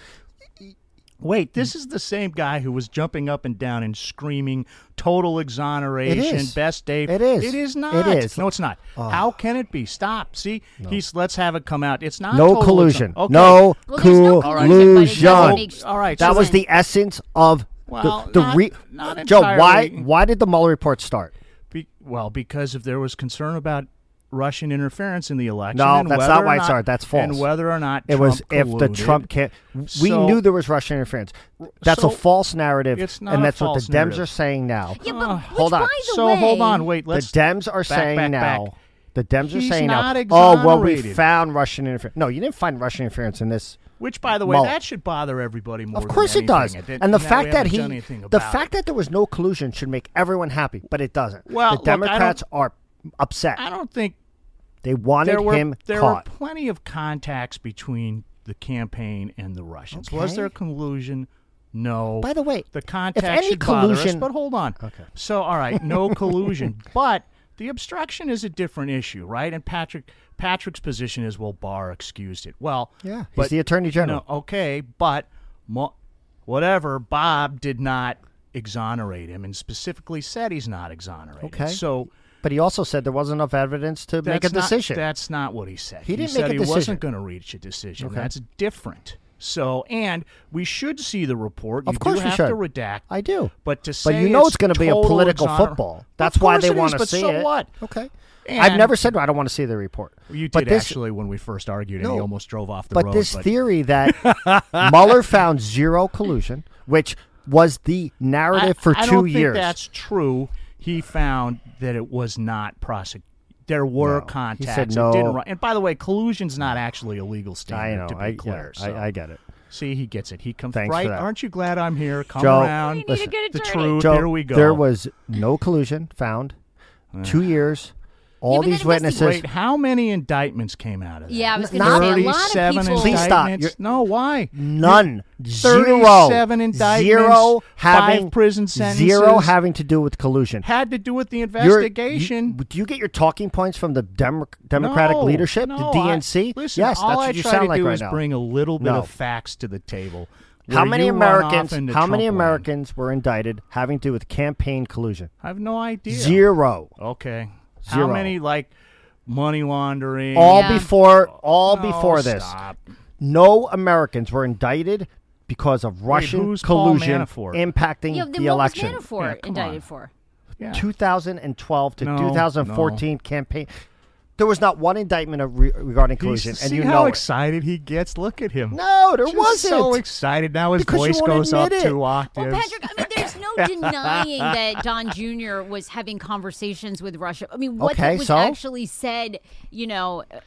[SPEAKER 3] Wait, this is the same guy who was jumping up and down and screaming total exoneration,
[SPEAKER 2] is.
[SPEAKER 3] best day.
[SPEAKER 2] It is.
[SPEAKER 3] It is
[SPEAKER 2] It
[SPEAKER 3] not.
[SPEAKER 2] is. Oh.
[SPEAKER 3] No, it's not. How can it be? Stop. See, he's. Let's have it come out. It's not
[SPEAKER 2] No
[SPEAKER 3] total
[SPEAKER 2] collusion.
[SPEAKER 3] exon- Okay.
[SPEAKER 2] No
[SPEAKER 1] Well, there's no collusion, but it doesn't
[SPEAKER 2] collusion.
[SPEAKER 1] make-
[SPEAKER 3] All right.
[SPEAKER 2] That
[SPEAKER 3] so
[SPEAKER 2] was
[SPEAKER 1] sense.
[SPEAKER 2] the essence of the,
[SPEAKER 3] Well,
[SPEAKER 2] the
[SPEAKER 3] not-
[SPEAKER 2] re-
[SPEAKER 3] not
[SPEAKER 2] Joe. Why?
[SPEAKER 3] entirely.
[SPEAKER 2] Why did the Mueller report start?
[SPEAKER 3] Be- well, because if there was concern about Russian interference in the election,
[SPEAKER 2] No,
[SPEAKER 3] and
[SPEAKER 2] that's
[SPEAKER 3] whether
[SPEAKER 2] not
[SPEAKER 3] or
[SPEAKER 2] why it started. That's
[SPEAKER 3] And
[SPEAKER 2] false.
[SPEAKER 3] whether or not
[SPEAKER 2] It
[SPEAKER 3] Trump
[SPEAKER 2] was if the
[SPEAKER 3] colluded-
[SPEAKER 2] Trump can't. We
[SPEAKER 3] So-
[SPEAKER 2] knew there was Russian interference. That's
[SPEAKER 3] So-
[SPEAKER 2] a false narrative,
[SPEAKER 3] It's not
[SPEAKER 2] and
[SPEAKER 3] a
[SPEAKER 2] that's what
[SPEAKER 3] false
[SPEAKER 2] the Dems
[SPEAKER 3] narrative.
[SPEAKER 2] are saying now.
[SPEAKER 1] Yeah, but which,
[SPEAKER 2] hold on.
[SPEAKER 1] by the
[SPEAKER 3] So
[SPEAKER 1] way,
[SPEAKER 3] hold on. Wait.
[SPEAKER 2] the
[SPEAKER 3] Let's.
[SPEAKER 2] Dems are
[SPEAKER 3] back,
[SPEAKER 2] saying
[SPEAKER 3] back,
[SPEAKER 2] now.
[SPEAKER 3] back.
[SPEAKER 2] The Dems are
[SPEAKER 3] He's
[SPEAKER 2] saying
[SPEAKER 3] not
[SPEAKER 2] now. Oh well, we
[SPEAKER 3] exonerated."
[SPEAKER 2] found Russian interference. No, you didn't find Russian interference in this.
[SPEAKER 3] Which, by the way,
[SPEAKER 2] Mueller.
[SPEAKER 3] that should bother everybody more.
[SPEAKER 2] Of course
[SPEAKER 3] than
[SPEAKER 2] it does.
[SPEAKER 3] anything. didn't-
[SPEAKER 2] and the
[SPEAKER 3] now we
[SPEAKER 2] fact that
[SPEAKER 3] haven't
[SPEAKER 2] he,
[SPEAKER 3] done anything
[SPEAKER 2] the
[SPEAKER 3] about it.
[SPEAKER 2] fact that there was no collusion should make everyone happy, but it doesn't.
[SPEAKER 3] Well,
[SPEAKER 2] the
[SPEAKER 3] look, I don't-
[SPEAKER 2] Democrats are upset.
[SPEAKER 3] I don't think
[SPEAKER 2] They wanted
[SPEAKER 3] there were
[SPEAKER 2] him
[SPEAKER 3] there
[SPEAKER 2] caught.
[SPEAKER 3] were plenty of contacts between the campaign and the Russians. Was
[SPEAKER 2] Okay.
[SPEAKER 3] there collusion? No.
[SPEAKER 2] By the way,
[SPEAKER 3] the
[SPEAKER 2] if
[SPEAKER 3] contact
[SPEAKER 2] any
[SPEAKER 3] should bother us,
[SPEAKER 2] collusion-
[SPEAKER 3] but hold on. Okay. So, all
[SPEAKER 2] [laughs]
[SPEAKER 3] right, no collusion, but the obstruction is a different issue, right? And Patrick Patrick's position is well, Barr excused it. Well,
[SPEAKER 2] Yeah, he's
[SPEAKER 3] but-
[SPEAKER 2] the Attorney General.
[SPEAKER 3] No, okay, but mo- whatever, Bob did not exonerate him, and specifically said he's not exonerated.
[SPEAKER 2] Okay.
[SPEAKER 3] so.
[SPEAKER 2] but he also said there wasn't enough evidence to make a
[SPEAKER 3] That's not-
[SPEAKER 2] decision.
[SPEAKER 3] that's not what he said. He,
[SPEAKER 2] didn't
[SPEAKER 3] said
[SPEAKER 2] make a
[SPEAKER 3] he
[SPEAKER 2] decision.
[SPEAKER 3] wasn't going to reach a decision. That's different. So, and we should see the report. You
[SPEAKER 2] Of course
[SPEAKER 3] do
[SPEAKER 2] we
[SPEAKER 3] have
[SPEAKER 2] should.
[SPEAKER 3] to redact.
[SPEAKER 2] I do.
[SPEAKER 3] But to
[SPEAKER 2] but
[SPEAKER 3] say
[SPEAKER 2] you know it's going
[SPEAKER 3] going
[SPEAKER 2] to be a political football. That's why they want to see
[SPEAKER 3] so
[SPEAKER 2] it.
[SPEAKER 3] What?
[SPEAKER 2] Okay. I've
[SPEAKER 3] And-
[SPEAKER 2] never said I don't want to see the report.
[SPEAKER 3] You did
[SPEAKER 2] but this,
[SPEAKER 3] actually when we first argued,
[SPEAKER 2] No.
[SPEAKER 3] and he almost drove off the
[SPEAKER 2] But
[SPEAKER 3] road.
[SPEAKER 2] this theory that
[SPEAKER 3] [laughs]
[SPEAKER 2] Mueller found zero collusion, which was the
[SPEAKER 3] I,
[SPEAKER 2] narrative for
[SPEAKER 3] I
[SPEAKER 2] two
[SPEAKER 3] don't
[SPEAKER 2] years.
[SPEAKER 3] think that's true. He found that it was not prosecuted. There were
[SPEAKER 2] No. He
[SPEAKER 3] contacts.
[SPEAKER 2] said
[SPEAKER 3] It
[SPEAKER 2] no.
[SPEAKER 3] didn't ri- and by the way, collusion's not actually a legal standard.
[SPEAKER 2] I know.
[SPEAKER 3] To be
[SPEAKER 2] I,
[SPEAKER 3] clear,
[SPEAKER 2] yeah, I-
[SPEAKER 3] so.
[SPEAKER 2] I get it.
[SPEAKER 3] See, he gets it. He comes
[SPEAKER 2] Thanks
[SPEAKER 3] right.
[SPEAKER 2] for that.
[SPEAKER 3] Aren't you glad I'm here? Come
[SPEAKER 2] Joe,
[SPEAKER 3] around.
[SPEAKER 1] We need a good
[SPEAKER 3] the
[SPEAKER 1] attorney.
[SPEAKER 3] truth.
[SPEAKER 2] Joe,
[SPEAKER 3] there we go.
[SPEAKER 2] There was no collusion found. Two years. All
[SPEAKER 1] but
[SPEAKER 2] these
[SPEAKER 1] that investig-
[SPEAKER 2] witnesses.
[SPEAKER 3] Wait, how many indictments came out of that?
[SPEAKER 1] Yeah, I was going to say a lot of
[SPEAKER 3] 37
[SPEAKER 1] people.
[SPEAKER 2] Please stop.
[SPEAKER 3] indictments?
[SPEAKER 2] You're- Mm.
[SPEAKER 3] No, why?
[SPEAKER 2] None. Zero.
[SPEAKER 3] 37 indictments,
[SPEAKER 2] Zero having
[SPEAKER 3] five prison sentences.
[SPEAKER 2] Zero having to do with collusion.
[SPEAKER 3] Had to do with the
[SPEAKER 2] You're-
[SPEAKER 3] investigation.
[SPEAKER 2] you- do you get your talking points from the Dem- Democratic
[SPEAKER 3] No,
[SPEAKER 2] leadership,
[SPEAKER 3] no,
[SPEAKER 2] the DNC?
[SPEAKER 3] I, listen,
[SPEAKER 2] yes,
[SPEAKER 3] all
[SPEAKER 2] that's
[SPEAKER 3] I
[SPEAKER 2] what you
[SPEAKER 3] try
[SPEAKER 2] sound
[SPEAKER 3] to
[SPEAKER 2] like
[SPEAKER 3] do
[SPEAKER 2] right
[SPEAKER 3] is
[SPEAKER 2] now.
[SPEAKER 3] bring a little bit
[SPEAKER 2] No.
[SPEAKER 3] of facts to the table.
[SPEAKER 2] how
[SPEAKER 3] where
[SPEAKER 2] many
[SPEAKER 3] you run off
[SPEAKER 2] Americans?
[SPEAKER 3] into
[SPEAKER 2] How many
[SPEAKER 3] Trump land.
[SPEAKER 2] Americans were indicted having to do with campaign collusion?
[SPEAKER 3] I have no idea.
[SPEAKER 2] Zero.
[SPEAKER 3] Okay.
[SPEAKER 2] Zero.
[SPEAKER 3] How many like money laundering?
[SPEAKER 2] All
[SPEAKER 1] Yeah.
[SPEAKER 2] before. All
[SPEAKER 3] No,
[SPEAKER 2] before this.
[SPEAKER 3] stop.
[SPEAKER 2] No Americans were indicted because of Russian
[SPEAKER 3] who's Paul
[SPEAKER 2] collusion
[SPEAKER 3] Manafort?
[SPEAKER 2] impacting
[SPEAKER 1] Yeah, then
[SPEAKER 2] the
[SPEAKER 1] what
[SPEAKER 2] election.
[SPEAKER 1] was Manafort
[SPEAKER 3] Yeah, come
[SPEAKER 1] indicted
[SPEAKER 3] on.
[SPEAKER 1] for?
[SPEAKER 3] Yeah.
[SPEAKER 2] 2012 to
[SPEAKER 3] No,
[SPEAKER 2] 2014 campaign. There was not one indictment of re- regarding
[SPEAKER 3] He's-
[SPEAKER 2] collusion, and
[SPEAKER 3] see
[SPEAKER 2] you
[SPEAKER 3] how
[SPEAKER 2] know it.
[SPEAKER 3] excited he gets. Look at him.
[SPEAKER 2] No, there
[SPEAKER 3] Just
[SPEAKER 2] wasn't.
[SPEAKER 3] So excited now, his
[SPEAKER 2] Because you
[SPEAKER 3] voice
[SPEAKER 2] won't
[SPEAKER 3] goes up
[SPEAKER 2] admit it.
[SPEAKER 3] two
[SPEAKER 1] Well,
[SPEAKER 3] octaves.
[SPEAKER 1] Patrick, I mean, there's
[SPEAKER 3] [laughs]
[SPEAKER 1] no denying that Don Jr. was having conversations with Russia. I mean, what
[SPEAKER 2] Okay,
[SPEAKER 1] was
[SPEAKER 2] so?
[SPEAKER 1] actually said, you know, uh,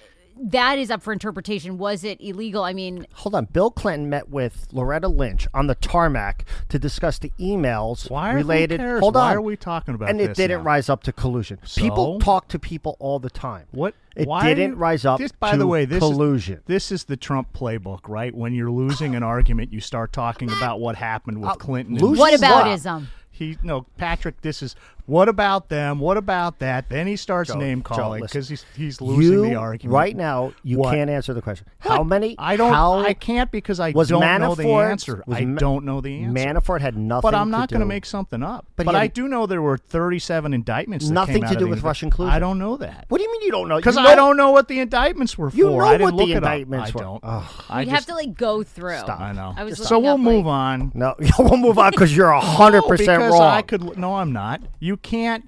[SPEAKER 1] that is up for interpretation. Was it illegal? I mean,
[SPEAKER 2] Hold on. Bill Clinton met with Loretta Lynch on the tarmac to discuss the emails
[SPEAKER 3] Why are- who
[SPEAKER 2] related.
[SPEAKER 3] cares?
[SPEAKER 2] Hold on.
[SPEAKER 3] Why are we talking about
[SPEAKER 2] And it
[SPEAKER 3] this
[SPEAKER 2] didn't
[SPEAKER 3] now?
[SPEAKER 2] rise up to collusion. People
[SPEAKER 3] So?
[SPEAKER 2] talk to people all the time.
[SPEAKER 3] what?
[SPEAKER 2] It
[SPEAKER 3] why are
[SPEAKER 2] didn't
[SPEAKER 3] you-
[SPEAKER 2] rise up
[SPEAKER 3] This, by
[SPEAKER 2] to
[SPEAKER 3] the way, this
[SPEAKER 2] collusion.
[SPEAKER 3] Is, this is the Trump playbook, right? When you're losing an argument, you start talking about what happened
[SPEAKER 2] Uh,
[SPEAKER 3] with Clinton. and-
[SPEAKER 2] lose-
[SPEAKER 1] what
[SPEAKER 2] is
[SPEAKER 1] about
[SPEAKER 2] law.
[SPEAKER 1] ism?
[SPEAKER 3] He no, Patrick. This is what about them? What about that? Then he starts
[SPEAKER 2] Joe,
[SPEAKER 3] name
[SPEAKER 2] Joe,
[SPEAKER 3] calling
[SPEAKER 2] listen.
[SPEAKER 3] because he's he's losing
[SPEAKER 2] you,
[SPEAKER 3] the argument
[SPEAKER 2] Right now, you
[SPEAKER 3] What?
[SPEAKER 2] can't answer the question. How many?
[SPEAKER 3] I don't.
[SPEAKER 2] How
[SPEAKER 3] I can't because I
[SPEAKER 2] was
[SPEAKER 3] don't
[SPEAKER 2] Manafort,
[SPEAKER 3] know the answer.
[SPEAKER 2] was
[SPEAKER 3] I
[SPEAKER 2] Ma-
[SPEAKER 3] don't know the answer.
[SPEAKER 2] Manafort had nothing.
[SPEAKER 3] but I'm
[SPEAKER 2] to
[SPEAKER 3] not
[SPEAKER 2] do-
[SPEAKER 3] going to make something up.
[SPEAKER 2] But
[SPEAKER 3] But,
[SPEAKER 2] he had-
[SPEAKER 3] I do know there were 37 indictments. That
[SPEAKER 2] Nothing
[SPEAKER 3] came
[SPEAKER 2] to
[SPEAKER 3] out of
[SPEAKER 2] do
[SPEAKER 3] the
[SPEAKER 2] with
[SPEAKER 3] inve-
[SPEAKER 2] Russian collusion.
[SPEAKER 3] I don't know that
[SPEAKER 2] What do you mean you don't know?
[SPEAKER 3] because
[SPEAKER 2] You
[SPEAKER 3] I
[SPEAKER 2] know-
[SPEAKER 3] don't know what the indictments were for.
[SPEAKER 2] You know
[SPEAKER 3] I didn't
[SPEAKER 2] what the
[SPEAKER 3] look it up.
[SPEAKER 2] indictments
[SPEAKER 3] I
[SPEAKER 2] were.
[SPEAKER 3] don't.
[SPEAKER 2] Ugh.
[SPEAKER 3] I
[SPEAKER 1] You'd
[SPEAKER 3] just,
[SPEAKER 1] have to like go through. Stop.
[SPEAKER 3] I know.
[SPEAKER 1] I was
[SPEAKER 3] so
[SPEAKER 1] looking
[SPEAKER 3] we'll
[SPEAKER 1] up,
[SPEAKER 3] move
[SPEAKER 1] like-
[SPEAKER 3] on.
[SPEAKER 2] No, [laughs] we'll move on because you're hundred percent
[SPEAKER 3] no, because
[SPEAKER 2] wrong.
[SPEAKER 3] I could. No, I'm not. You can't.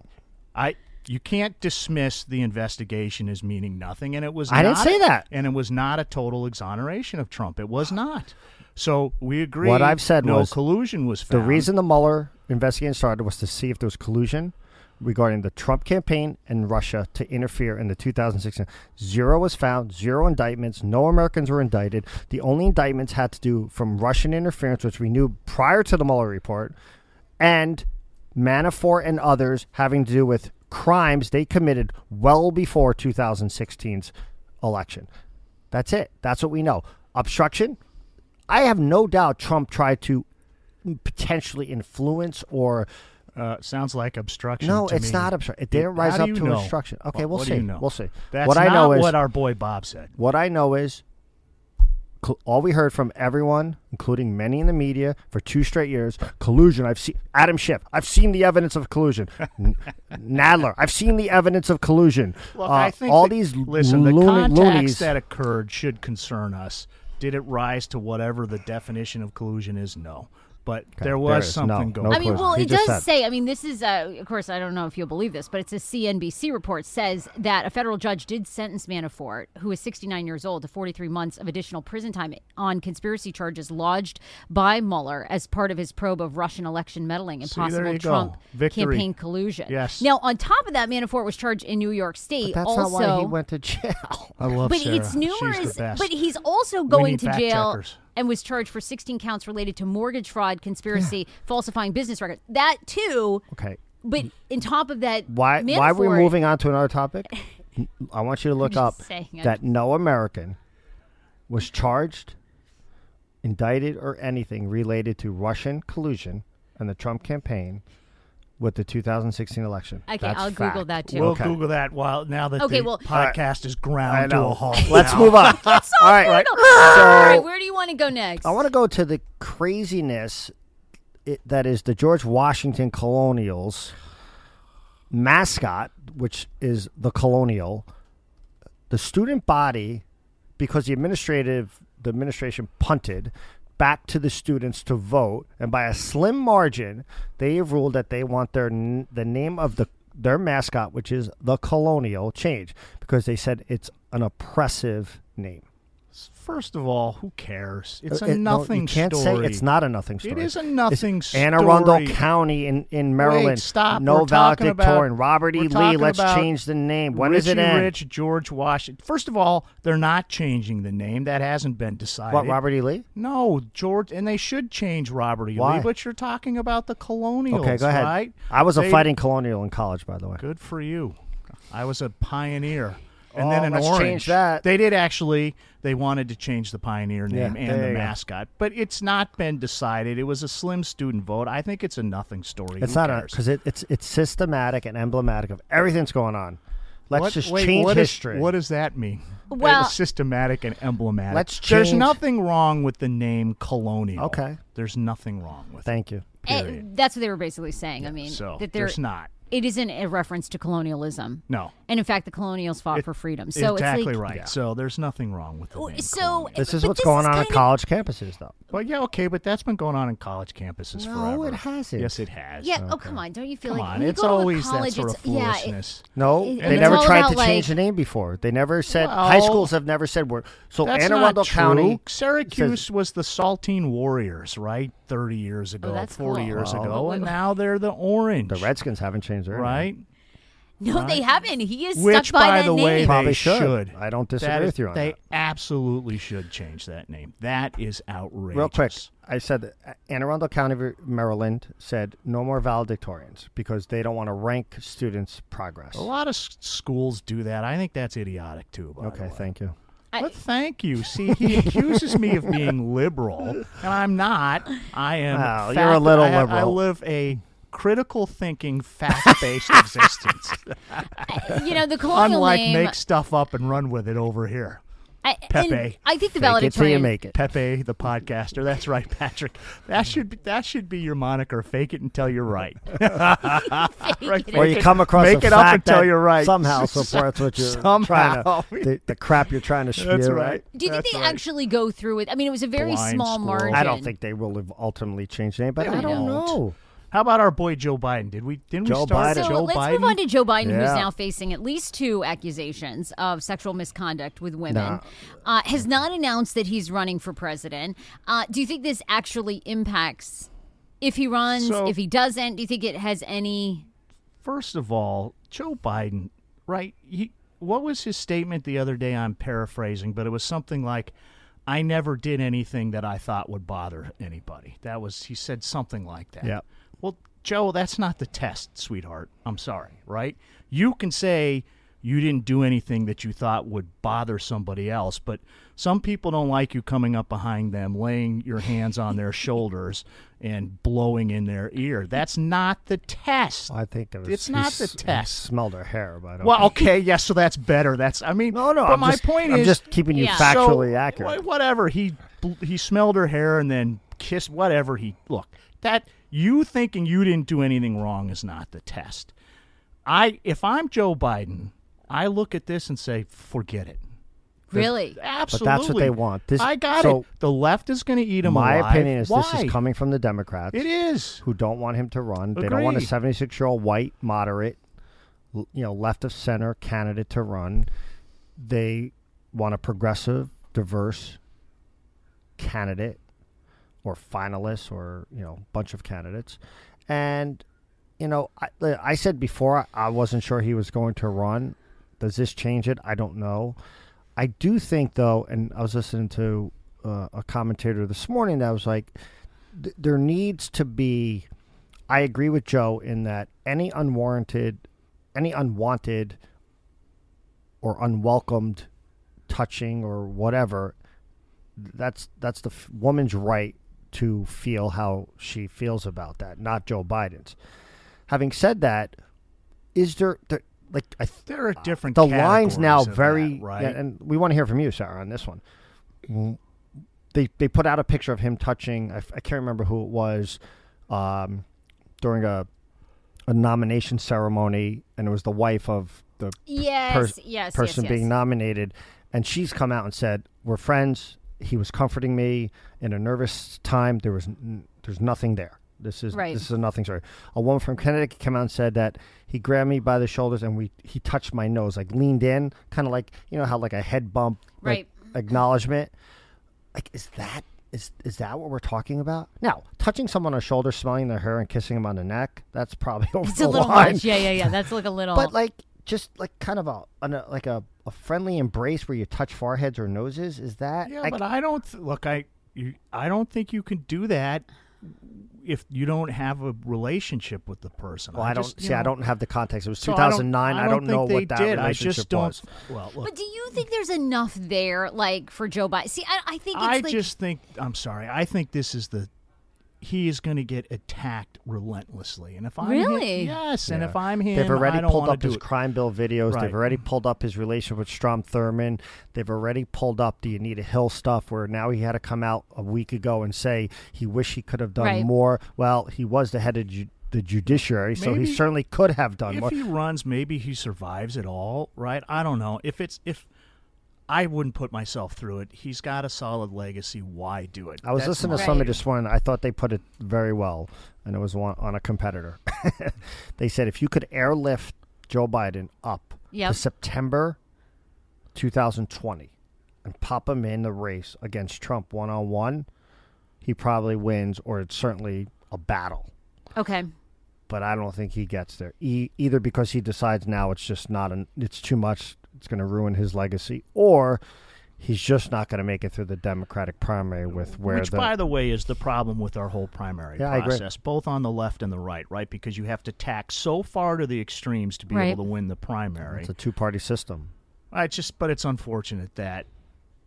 [SPEAKER 3] I. You can't dismiss the investigation as meaning nothing, and it was.
[SPEAKER 2] I didn't
[SPEAKER 3] not-
[SPEAKER 2] say that.
[SPEAKER 3] and it was not a total exoneration of Trump. It was not. So we agree.
[SPEAKER 2] What I've said
[SPEAKER 3] no
[SPEAKER 2] was
[SPEAKER 3] collusion was
[SPEAKER 2] The
[SPEAKER 3] found.
[SPEAKER 2] reason the Mueller investigation started was to see if there was collusion regarding the Trump campaign and Russia to interfere in the 2016. Zero was found, zero indictments, no Americans were indicted. The only indictments had to do from Russian interference, which we knew prior to the Mueller report, and Manafort and others having to do with crimes they committed well before 2016's election. That's it. That's what we know. Obstruction, I have no doubt Trump tried to potentially influence or
[SPEAKER 3] Uh, sounds like obstruction.
[SPEAKER 2] no,
[SPEAKER 3] to
[SPEAKER 2] it's
[SPEAKER 3] me.
[SPEAKER 2] not obstruction. It didn't rise
[SPEAKER 3] How do
[SPEAKER 2] up
[SPEAKER 3] you
[SPEAKER 2] to
[SPEAKER 3] know?
[SPEAKER 2] obstruction. Okay,
[SPEAKER 3] What-
[SPEAKER 2] we'll
[SPEAKER 3] what
[SPEAKER 2] see.
[SPEAKER 3] do you know?
[SPEAKER 2] We'll see.
[SPEAKER 3] That's
[SPEAKER 2] what
[SPEAKER 3] not
[SPEAKER 2] I know is
[SPEAKER 3] what our boy Bob said.
[SPEAKER 2] what I know is cl- all we heard from everyone, including many in the media, for two straight years collusion. I've seen Adam Schiff. I've seen the evidence of collusion.
[SPEAKER 3] [laughs]
[SPEAKER 2] N- Nadler. I've seen the evidence of collusion.
[SPEAKER 3] Look,
[SPEAKER 2] Uh,
[SPEAKER 3] I think
[SPEAKER 2] all
[SPEAKER 3] that-
[SPEAKER 2] these
[SPEAKER 3] listen.
[SPEAKER 2] loon-
[SPEAKER 3] the contacts
[SPEAKER 2] loonies.
[SPEAKER 3] that occurred should concern us. Did it rise to whatever the definition of collusion is? No, but there was
[SPEAKER 2] is. No,
[SPEAKER 3] something
[SPEAKER 2] no
[SPEAKER 3] going.
[SPEAKER 1] I mean,
[SPEAKER 2] Close.
[SPEAKER 1] well,
[SPEAKER 2] He
[SPEAKER 1] it
[SPEAKER 2] just
[SPEAKER 1] does
[SPEAKER 2] said.
[SPEAKER 1] say. I mean, this is, uh, of course, I don't know if you'll believe this, but it's a CNBC report says that a federal judge did sentence Manafort, who is 69 years old, to 43 months of additional prison time on conspiracy charges lodged by Mueller as part of his probe of Russian election meddling and
[SPEAKER 3] See, there
[SPEAKER 1] possible
[SPEAKER 3] you go.
[SPEAKER 1] Trump
[SPEAKER 3] Victory.
[SPEAKER 1] campaign collusion.
[SPEAKER 3] Yes.
[SPEAKER 1] Now, on top of that, Manafort was charged in New York State.
[SPEAKER 2] That's
[SPEAKER 1] also,
[SPEAKER 2] not why he went to jail.
[SPEAKER 3] I
[SPEAKER 2] [laughs]
[SPEAKER 3] love
[SPEAKER 1] but
[SPEAKER 3] Sarah.
[SPEAKER 1] it's
[SPEAKER 3] She's
[SPEAKER 1] numerous.
[SPEAKER 3] the best.
[SPEAKER 1] But he's also going
[SPEAKER 3] need
[SPEAKER 1] to
[SPEAKER 3] fact
[SPEAKER 1] jail
[SPEAKER 3] checkers.
[SPEAKER 1] and was charged for 16 counts related to mortgage fraud, conspiracy, falsifying business records. That too.
[SPEAKER 2] Okay.
[SPEAKER 1] But in top of that,
[SPEAKER 2] Why?
[SPEAKER 1] Manafort,
[SPEAKER 2] Why are we moving on to
[SPEAKER 1] [laughs]
[SPEAKER 2] another topic? I want you to look
[SPEAKER 1] just
[SPEAKER 2] up
[SPEAKER 1] saying, I-
[SPEAKER 2] that no American was charged, indicted, or anything related to Russian collusion and the Trump campaign with the 2016 election.
[SPEAKER 1] Okay,
[SPEAKER 2] That's
[SPEAKER 1] I'll Google
[SPEAKER 2] fact.
[SPEAKER 1] that too.
[SPEAKER 3] we'll
[SPEAKER 2] Okay.
[SPEAKER 3] Google that while now that
[SPEAKER 1] Okay,
[SPEAKER 3] the
[SPEAKER 1] well-
[SPEAKER 3] podcast is ground
[SPEAKER 2] I
[SPEAKER 3] to a
[SPEAKER 2] know.
[SPEAKER 3] halt.
[SPEAKER 2] Let's
[SPEAKER 3] now.
[SPEAKER 2] move
[SPEAKER 3] [laughs]
[SPEAKER 2] on. All right.
[SPEAKER 1] All right,
[SPEAKER 2] So
[SPEAKER 1] where do you want to go next?
[SPEAKER 2] I want to go to the craziness i- that is the George Washington Colonials mascot, which is the Colonial. The student body, because the administrative the administration punted back to the students to vote, and by a slim margin, they have ruled that they want their n- the name of the their mascot, which is the Colonial, change because they said it's an oppressive name.
[SPEAKER 3] First of all, who cares? It's
[SPEAKER 2] Uh,
[SPEAKER 3] a
[SPEAKER 2] it- no,
[SPEAKER 3] nothing
[SPEAKER 2] you can't
[SPEAKER 3] story.
[SPEAKER 2] say it's not a nothing story.
[SPEAKER 3] is a nothing
[SPEAKER 2] it's Anne Arundel
[SPEAKER 3] story.
[SPEAKER 2] County in, in Maryland.
[SPEAKER 3] Wait, stop.
[SPEAKER 2] No
[SPEAKER 3] We're talking about-
[SPEAKER 2] valedictorian. Robert
[SPEAKER 3] we're
[SPEAKER 2] E. Lee.
[SPEAKER 3] talking
[SPEAKER 2] Let's
[SPEAKER 3] about
[SPEAKER 2] change the name. When
[SPEAKER 3] Richie
[SPEAKER 2] does it end?
[SPEAKER 3] Rich, George Washington. First of all, they're not changing the name. That hasn't been decided.
[SPEAKER 2] What Robert E. Lee?
[SPEAKER 3] No, George, and they should change Robert E.
[SPEAKER 2] Why?
[SPEAKER 3] Lee. But you're talking about the colonials,
[SPEAKER 2] Okay, go ahead.
[SPEAKER 3] right?
[SPEAKER 2] I was a
[SPEAKER 3] They-
[SPEAKER 2] fighting colonial in college, by the way.
[SPEAKER 3] Good for you. I was a pioneer. And
[SPEAKER 2] Oh,
[SPEAKER 3] then an
[SPEAKER 2] let's change
[SPEAKER 3] orange.
[SPEAKER 2] that.
[SPEAKER 3] They did actually. They wanted to change the pioneer name
[SPEAKER 2] Yeah,
[SPEAKER 3] and
[SPEAKER 2] there
[SPEAKER 3] the
[SPEAKER 2] you go.
[SPEAKER 3] mascot, but it's not been decided. It was a slim student vote. I think it's a nothing story.
[SPEAKER 2] It's
[SPEAKER 3] Who
[SPEAKER 2] not
[SPEAKER 3] cares?
[SPEAKER 2] because it, it's it's systematic and emblematic of everything's going on. Let's
[SPEAKER 3] What-
[SPEAKER 2] just
[SPEAKER 3] wait,
[SPEAKER 2] change
[SPEAKER 3] what is-
[SPEAKER 2] history.
[SPEAKER 3] what does that mean?
[SPEAKER 1] Well-
[SPEAKER 3] It's systematic and emblematic.
[SPEAKER 2] Let's
[SPEAKER 3] There's
[SPEAKER 2] change-
[SPEAKER 3] nothing wrong with the name colonial.
[SPEAKER 2] Okay.
[SPEAKER 3] There's nothing wrong with
[SPEAKER 2] Thank you.
[SPEAKER 3] it.
[SPEAKER 1] Eh,
[SPEAKER 3] Period.
[SPEAKER 1] that's what they were basically saying. I mean,
[SPEAKER 3] so
[SPEAKER 1] that there,
[SPEAKER 3] there's not.
[SPEAKER 1] it isn't a reference to colonialism.
[SPEAKER 3] No.
[SPEAKER 1] And in fact, the colonials fought for freedom. So
[SPEAKER 3] exactly
[SPEAKER 1] it's like, Oh,
[SPEAKER 3] right. So there's nothing wrong with the name.
[SPEAKER 1] So
[SPEAKER 2] This
[SPEAKER 1] but
[SPEAKER 2] is what's
[SPEAKER 1] this
[SPEAKER 2] going on at
[SPEAKER 1] kind of-
[SPEAKER 2] college campuses, though.
[SPEAKER 3] Well, yeah, okay, but that's been going on in college campuses
[SPEAKER 2] No,
[SPEAKER 3] forever.
[SPEAKER 2] it hasn't.
[SPEAKER 3] Yes, it has. Uh,
[SPEAKER 1] Yeah. Oh, come on. Don't you feel
[SPEAKER 3] Come
[SPEAKER 1] like
[SPEAKER 3] on,
[SPEAKER 1] when you
[SPEAKER 3] it's
[SPEAKER 1] go to a
[SPEAKER 3] always
[SPEAKER 1] college,
[SPEAKER 3] that sort of
[SPEAKER 1] it's- yeah, it-
[SPEAKER 3] foolishness.
[SPEAKER 2] No,
[SPEAKER 1] It-
[SPEAKER 2] they
[SPEAKER 1] it's
[SPEAKER 2] never
[SPEAKER 1] all
[SPEAKER 2] tried
[SPEAKER 1] about,
[SPEAKER 2] to change
[SPEAKER 1] like-
[SPEAKER 2] the name before. They never said
[SPEAKER 3] Well,
[SPEAKER 2] high schools have never said word. So
[SPEAKER 3] That's
[SPEAKER 2] Anne
[SPEAKER 3] not
[SPEAKER 2] Arundel
[SPEAKER 3] true.
[SPEAKER 2] County,
[SPEAKER 3] Syracuse was the Saltine Warriors, right? Thirty years ago,
[SPEAKER 1] Oh, that's
[SPEAKER 3] forty
[SPEAKER 1] cool.
[SPEAKER 3] years
[SPEAKER 1] Wow.
[SPEAKER 3] ago, and now they're the Orange,
[SPEAKER 2] the Redskins haven't changed their name.
[SPEAKER 3] right?
[SPEAKER 1] No, they haven't. He is
[SPEAKER 3] Which,
[SPEAKER 1] stuck by,
[SPEAKER 3] by
[SPEAKER 1] that
[SPEAKER 3] the
[SPEAKER 1] name.
[SPEAKER 3] way,
[SPEAKER 2] Probably
[SPEAKER 3] they
[SPEAKER 2] should.
[SPEAKER 3] should.
[SPEAKER 2] I don't
[SPEAKER 3] That
[SPEAKER 2] disagree
[SPEAKER 3] is-
[SPEAKER 2] with you on
[SPEAKER 3] They
[SPEAKER 2] that.
[SPEAKER 3] absolutely should change that name. That is outrageous.
[SPEAKER 2] Real quick, I said that Anne Arundel County, Maryland, said no more valedictorians because they don't want to rank students' progress.
[SPEAKER 3] A lot of s- schools do that. I think that's idiotic too. By
[SPEAKER 2] Okay, thank you.
[SPEAKER 1] I-
[SPEAKER 3] But thank you. See, he accuses me
[SPEAKER 1] [laughs]
[SPEAKER 3] of being liberal, and I'm not. I am.
[SPEAKER 2] Wow,
[SPEAKER 3] fact-
[SPEAKER 2] you're a little
[SPEAKER 3] I, have- I
[SPEAKER 2] liberal.
[SPEAKER 3] live a critical thinking,
[SPEAKER 1] [laughs]
[SPEAKER 3] fact based existence.
[SPEAKER 1] uh, you
[SPEAKER 2] [laughs]
[SPEAKER 1] know the colonial
[SPEAKER 3] Unlike
[SPEAKER 1] name.
[SPEAKER 3] make stuff up and run with it over here.
[SPEAKER 1] I, and
[SPEAKER 3] Pepe.
[SPEAKER 1] I think the
[SPEAKER 2] Fake it till you
[SPEAKER 1] valedictorian. [laughs]
[SPEAKER 2] make it.
[SPEAKER 3] Pepe the podcaster. That's right, Patrick. That should be that should be your moniker. Fake it until you're right. Right,
[SPEAKER 2] Or you come across
[SPEAKER 3] make
[SPEAKER 2] a
[SPEAKER 3] it up
[SPEAKER 2] fact
[SPEAKER 3] until
[SPEAKER 2] that
[SPEAKER 3] you're right. [laughs]
[SPEAKER 2] somehow supports what you're trying
[SPEAKER 3] Somehow. [laughs]
[SPEAKER 2] to the, the crap you're trying to spew.
[SPEAKER 3] That's right.
[SPEAKER 1] Do you think
[SPEAKER 3] That's
[SPEAKER 1] they
[SPEAKER 3] right.
[SPEAKER 1] actually go through it? I mean, it was a very
[SPEAKER 3] Blind
[SPEAKER 1] small
[SPEAKER 3] squirrel.
[SPEAKER 1] margin.
[SPEAKER 2] I don't think they will have ultimately changed the name, but
[SPEAKER 3] They
[SPEAKER 2] I don't
[SPEAKER 3] won't.
[SPEAKER 2] know.
[SPEAKER 3] How about our boy Joe Biden? Did we didn't
[SPEAKER 2] Joe
[SPEAKER 3] we start
[SPEAKER 2] Biden.
[SPEAKER 3] with
[SPEAKER 1] So
[SPEAKER 3] Joe
[SPEAKER 1] let's
[SPEAKER 3] Biden?
[SPEAKER 1] move on to Joe Biden, who's
[SPEAKER 2] Yeah.
[SPEAKER 1] now facing at least two accusations of sexual misconduct with women.
[SPEAKER 2] Nah.
[SPEAKER 1] Uh, has not announced that he's running for president. Uh, do you think this actually impacts if he runs,
[SPEAKER 3] So-
[SPEAKER 1] if he doesn't? Do you think it has any?
[SPEAKER 3] First of all, Joe Biden, right? He, what was his statement the other day? I'm paraphrasing, but it was something like, "I never did anything that I thought would bother anybody." That was he said something like that.
[SPEAKER 2] Yep.
[SPEAKER 3] Well, Joe, that's not the test, sweetheart. I'm sorry, right? You can say you didn't do anything that you thought would bother somebody else. But some people don't like you coming up behind them, laying your hands on their shoulders, and blowing in their ear. That's not the test.
[SPEAKER 2] I think there was.
[SPEAKER 3] It's
[SPEAKER 2] he
[SPEAKER 3] not
[SPEAKER 2] s-
[SPEAKER 3] the
[SPEAKER 2] he
[SPEAKER 3] test.
[SPEAKER 2] smelled her hair, but okay.
[SPEAKER 3] Well, okay, yes, so that's better. That's I mean,
[SPEAKER 2] no, no.
[SPEAKER 3] But
[SPEAKER 2] I'm
[SPEAKER 3] my
[SPEAKER 2] just,
[SPEAKER 3] point
[SPEAKER 2] I'm
[SPEAKER 3] is,
[SPEAKER 2] just keeping you
[SPEAKER 1] Yeah.
[SPEAKER 3] so,
[SPEAKER 2] factually
[SPEAKER 3] wh-
[SPEAKER 2] accurate.
[SPEAKER 3] Whatever he bl- he smelled her hair and then kissed whatever he look that you thinking you didn't do anything wrong is not the test. I if I'm Joe Biden, I look at this and say, forget it.
[SPEAKER 1] Really?
[SPEAKER 3] Absolutely,
[SPEAKER 2] what they want. This-
[SPEAKER 3] I got
[SPEAKER 2] so-
[SPEAKER 3] it. The left is going to eat him
[SPEAKER 2] My
[SPEAKER 3] alive.
[SPEAKER 2] opinion is
[SPEAKER 3] Why?
[SPEAKER 2] this is coming from the Democrats.
[SPEAKER 3] It is.
[SPEAKER 2] who don't want him to run. They don't want a
[SPEAKER 3] Agreed.
[SPEAKER 2] 76 year old white moderate, l- you know, left of center candidate to run. They want a progressive, diverse candidate or finalist or you know, bunch of candidates. And you know, I, I said before I wasn't sure he was going to run. Does this change it? I don't know. I do think though, and I was listening to uh, a commentator this morning that was like, th- there needs to be. I agree with Joe in that any unwarranted, any unwanted, or unwelcomed touching or whatever, that's that's the f- woman's right to feel how she feels about that, not Joe Biden's. Having said that, is there, there like I th-
[SPEAKER 3] There are different.
[SPEAKER 2] Uh, the line's now
[SPEAKER 3] categories of
[SPEAKER 2] very
[SPEAKER 3] that, right.
[SPEAKER 2] and we want to hear from you sarah on this one they they put out a picture of him touching i, f- I can't remember who it was um, during a a nomination ceremony and it was the wife of the
[SPEAKER 1] Yes,
[SPEAKER 2] per-
[SPEAKER 1] yes, yes,
[SPEAKER 2] person
[SPEAKER 1] yes.
[SPEAKER 2] being nominated and she's come out and said we're friends he was comforting me in a nervous time there was n- there's nothing there this is
[SPEAKER 1] Right.
[SPEAKER 2] this is a nothing story a woman from connecticut came out and said that he grabbed me by the shoulders and we he touched my nose like leaned in kind of like you know how like a head bump like, acknowledgement like is that is is that what we're talking about now touching someone on the shoulder smelling their hair and kissing them on the neck that's probably [laughs] over
[SPEAKER 1] It's a
[SPEAKER 2] the
[SPEAKER 1] little
[SPEAKER 2] line
[SPEAKER 1] much. Yeah, yeah, yeah. That's like a little.
[SPEAKER 2] [laughs]
[SPEAKER 3] Oh.
[SPEAKER 2] but like just like kind of a, an, a like a, a friendly embrace where you touch foreheads or noses is that
[SPEAKER 3] Yeah,
[SPEAKER 2] like,
[SPEAKER 3] but I don't th- look. I you, I don't think you can do that if you don't have a relationship with the person.
[SPEAKER 2] well, I don't
[SPEAKER 3] just, you
[SPEAKER 2] see. I
[SPEAKER 3] know,
[SPEAKER 2] don't have the context. It was
[SPEAKER 3] so
[SPEAKER 2] 2009. I don't,
[SPEAKER 3] think
[SPEAKER 2] know
[SPEAKER 3] they
[SPEAKER 2] what that
[SPEAKER 3] did.
[SPEAKER 2] relationship
[SPEAKER 3] I just don't.
[SPEAKER 2] was.
[SPEAKER 3] Well, look,
[SPEAKER 1] But do you think there's enough there, like for Joe Biden? See, I, I think it's
[SPEAKER 3] I
[SPEAKER 1] like,
[SPEAKER 3] just think I'm sorry. I think this is the he is going to get attacked relentlessly. And if I'm him-
[SPEAKER 1] Really?
[SPEAKER 3] yes, and
[SPEAKER 2] Yeah.
[SPEAKER 3] if I'm him,
[SPEAKER 2] They've already
[SPEAKER 3] I don't
[SPEAKER 2] pulled
[SPEAKER 3] wanna
[SPEAKER 2] up
[SPEAKER 3] do
[SPEAKER 2] his
[SPEAKER 3] it.
[SPEAKER 2] crime bill videos.
[SPEAKER 3] Right.
[SPEAKER 2] They've already pulled up his relationship with Strom Thurmond. They've already pulled up the Anita Hill stuff, where now he had to come out a week ago and say he wished he could have done
[SPEAKER 1] Right.
[SPEAKER 2] more. Well, he was the head of ju- the judiciary, so he
[SPEAKER 3] Maybe-
[SPEAKER 2] certainly could have done more.
[SPEAKER 3] If he runs, maybe he survives it all, right? I don't know. If it's if I wouldn't put myself through it. He's got a solid legacy. Why do it?
[SPEAKER 2] I was
[SPEAKER 3] That's
[SPEAKER 2] listening to
[SPEAKER 1] my- Right.
[SPEAKER 2] somebody this morning. I thought they put it very well, and it was one, on a competitor. [laughs] they said if you could airlift Joe Biden up to
[SPEAKER 1] Yep.
[SPEAKER 2] September 2020 and pop him in the race against Trump one on one, he probably wins, or it's certainly a battle.
[SPEAKER 1] okay.
[SPEAKER 2] But I don't think he gets there e- either because he decides now it's just not an it's too much. It's going to ruin his legacy, or he's just not going to make it through the Democratic primary with where
[SPEAKER 3] Which,
[SPEAKER 2] the
[SPEAKER 3] by the way, is the problem with our whole primary
[SPEAKER 2] Yeah, I agree.
[SPEAKER 3] process, both on the left and the right, right? Because you have to tack so far to the extremes to be
[SPEAKER 1] Right.
[SPEAKER 3] able to win the primary.
[SPEAKER 2] It's a two party system.
[SPEAKER 3] I just, but it's unfortunate that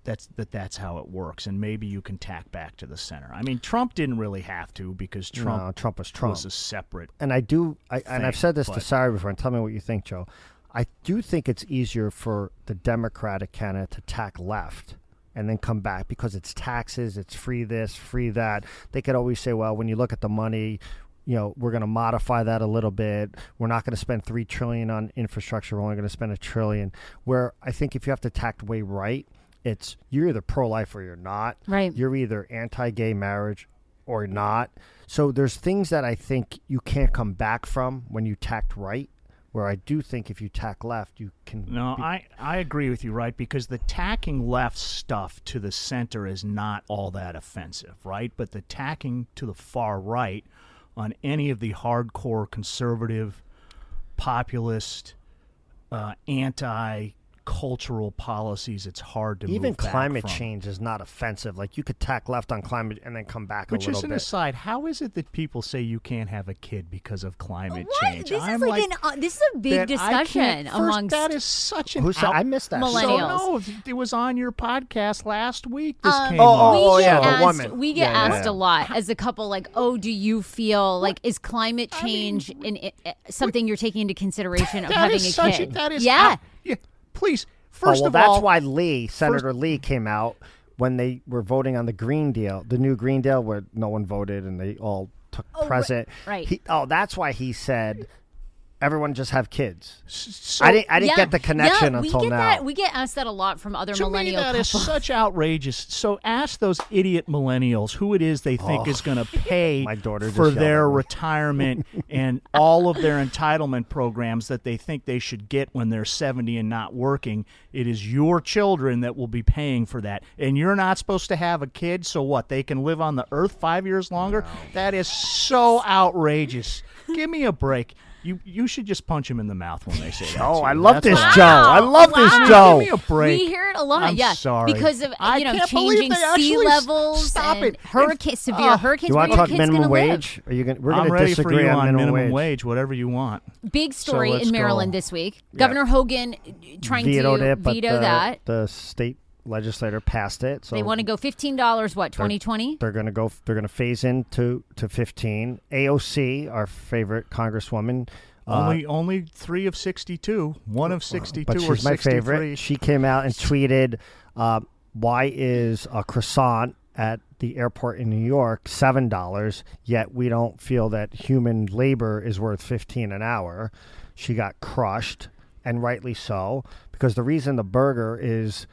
[SPEAKER 3] that's that that's how it works, and maybe you can tack back to the center. I mean, Trump didn't really have to because Trump,
[SPEAKER 2] no, Uh, Trump was Trump.
[SPEAKER 3] was a separate.
[SPEAKER 2] and I do, I, and I've
[SPEAKER 3] thing,
[SPEAKER 2] said this to
[SPEAKER 3] but-
[SPEAKER 2] Sarah before, and tell me what you think, Joe. I do think it's easier for the Democratic candidate to tack left and then come back because it's taxes, it's free this, free that. They could always say, well, when you look at the money, you know, we're going to modify that a little bit. We're not going to spend three trillion on infrastructure. We're only going to spend a trillion. Where I think if you have to tack way right, it's you're either pro life or you're not.
[SPEAKER 1] Right.
[SPEAKER 2] You're either anti gay marriage or not. So there's things that I think you can't come back from when you tacked right, where I do think if you tack left, you can.
[SPEAKER 3] No,
[SPEAKER 2] be-
[SPEAKER 3] I I agree with you, right? Because the tacking left stuff to the center is not all that offensive, right? But the tacking to the far right on any of the hardcore conservative, populist, uh, anti cultural policies it's hard to
[SPEAKER 2] Even
[SPEAKER 3] move back
[SPEAKER 2] climate
[SPEAKER 3] from.
[SPEAKER 2] change is not offensive. Like you could tack left on climate and then come back
[SPEAKER 3] Which
[SPEAKER 2] a little
[SPEAKER 3] is an
[SPEAKER 2] bit.
[SPEAKER 3] aside. How is it that people say you can't have a kid because of climate
[SPEAKER 1] What?
[SPEAKER 3] change?
[SPEAKER 1] This
[SPEAKER 3] I'm
[SPEAKER 1] is like, an. uh, this is a big
[SPEAKER 3] that I
[SPEAKER 1] discussion
[SPEAKER 3] can't- first,
[SPEAKER 1] amongst.
[SPEAKER 3] that is such an
[SPEAKER 2] Who said-
[SPEAKER 3] out-
[SPEAKER 2] I missed that.
[SPEAKER 1] Millennials.
[SPEAKER 3] So no, it was on your podcast last week. This
[SPEAKER 1] Um,
[SPEAKER 3] came
[SPEAKER 2] Oh,
[SPEAKER 3] up.
[SPEAKER 1] we
[SPEAKER 2] oh,
[SPEAKER 1] get
[SPEAKER 2] yeah, the
[SPEAKER 1] asked,
[SPEAKER 2] woman.
[SPEAKER 1] We get
[SPEAKER 2] Yeah, yeah,
[SPEAKER 1] asked
[SPEAKER 2] yeah.
[SPEAKER 1] a lot as a couple, like, "Oh, do you feel like is climate change in, i- something you're taking into consideration of
[SPEAKER 3] That
[SPEAKER 1] having
[SPEAKER 3] is
[SPEAKER 1] a
[SPEAKER 3] such
[SPEAKER 1] kid?"
[SPEAKER 3] a, that is
[SPEAKER 1] yeah.
[SPEAKER 3] out- yeah. Please,
[SPEAKER 2] Oh,
[SPEAKER 3] first
[SPEAKER 2] well,
[SPEAKER 3] of
[SPEAKER 2] that's
[SPEAKER 3] all,
[SPEAKER 2] why Lee, Senator Lee, came out when they were voting on the Green Deal, the new Green Deal, where no one voted and they all took present.
[SPEAKER 1] Oh, right.
[SPEAKER 2] He, oh, that's why he said, "Everyone just have kids."
[SPEAKER 3] so
[SPEAKER 2] I didn't. I didn't
[SPEAKER 1] Yeah.
[SPEAKER 2] get the connection
[SPEAKER 1] yeah,
[SPEAKER 2] until
[SPEAKER 1] we get
[SPEAKER 2] now.
[SPEAKER 1] That, we get asked that a lot from other
[SPEAKER 3] to me
[SPEAKER 1] millennial
[SPEAKER 3] that is
[SPEAKER 1] couples.
[SPEAKER 3] such outrageous. So ask those idiot millennials who it is they think is
[SPEAKER 2] [laughs]
[SPEAKER 3] going to pay
[SPEAKER 2] Oh. My daughter just
[SPEAKER 3] for
[SPEAKER 2] yelled
[SPEAKER 3] their
[SPEAKER 2] at me. [laughs]
[SPEAKER 3] retirement and all of their entitlement programs that they think they should get when they're 70 and not working. It is your children that will be paying for that. And you're not supposed to have a kid, so what? They can live on the earth 5 years longer? That is so outrageous. Give me a break. You you should just punch him in the mouth when they say
[SPEAKER 2] [laughs]
[SPEAKER 3] that.
[SPEAKER 2] Oh,
[SPEAKER 3] to
[SPEAKER 2] I
[SPEAKER 3] you.
[SPEAKER 2] love
[SPEAKER 3] That's
[SPEAKER 2] this
[SPEAKER 3] what I-
[SPEAKER 2] Joe. I love this
[SPEAKER 3] Oh, Give me
[SPEAKER 2] Joe.
[SPEAKER 3] a break.
[SPEAKER 1] We hear it a lot,
[SPEAKER 3] I'm
[SPEAKER 1] yeah.
[SPEAKER 3] sorry.
[SPEAKER 1] Because of you
[SPEAKER 3] I
[SPEAKER 1] know
[SPEAKER 3] can't believe
[SPEAKER 1] changing
[SPEAKER 3] they
[SPEAKER 1] sea
[SPEAKER 3] actually s-
[SPEAKER 1] levels
[SPEAKER 3] stop
[SPEAKER 1] and
[SPEAKER 3] it.
[SPEAKER 1] hurricane,
[SPEAKER 3] It's-
[SPEAKER 1] severe
[SPEAKER 3] uh,
[SPEAKER 1] hurricanes.
[SPEAKER 2] You
[SPEAKER 1] where
[SPEAKER 2] want to
[SPEAKER 1] your
[SPEAKER 2] talk
[SPEAKER 1] kid's
[SPEAKER 2] minimum
[SPEAKER 1] gonna live.
[SPEAKER 2] wage? Are you gonna, we're
[SPEAKER 3] I'm
[SPEAKER 2] going to
[SPEAKER 3] ready
[SPEAKER 2] disagree
[SPEAKER 3] for you
[SPEAKER 2] on,
[SPEAKER 3] on minimum, wage.
[SPEAKER 2] wage.
[SPEAKER 3] whatever you want.
[SPEAKER 1] Big story
[SPEAKER 3] let's
[SPEAKER 1] in Maryland
[SPEAKER 3] go.
[SPEAKER 1] this week. Governor Hogan uh, trying
[SPEAKER 2] Vetoed
[SPEAKER 1] to
[SPEAKER 2] it, but
[SPEAKER 1] veto
[SPEAKER 2] the,
[SPEAKER 1] that.
[SPEAKER 2] the state legislator passed it. So
[SPEAKER 1] They want to go fifteen dollars. What twenty twenty?
[SPEAKER 2] They're going to go. They're going to phase in to, to 15. AOC, our favorite congresswoman, uh,
[SPEAKER 3] only only three of sixty-two. One of sixty-two
[SPEAKER 2] but
[SPEAKER 3] or
[SPEAKER 2] she's my
[SPEAKER 3] sixty-three.
[SPEAKER 2] favorite. She came out and tweeted, uh, "Why is a croissant at the airport in New York seven dollars? Yet we don't feel that human labor is worth fifteen an hour." She got crushed, and rightly so, because the reason the burger is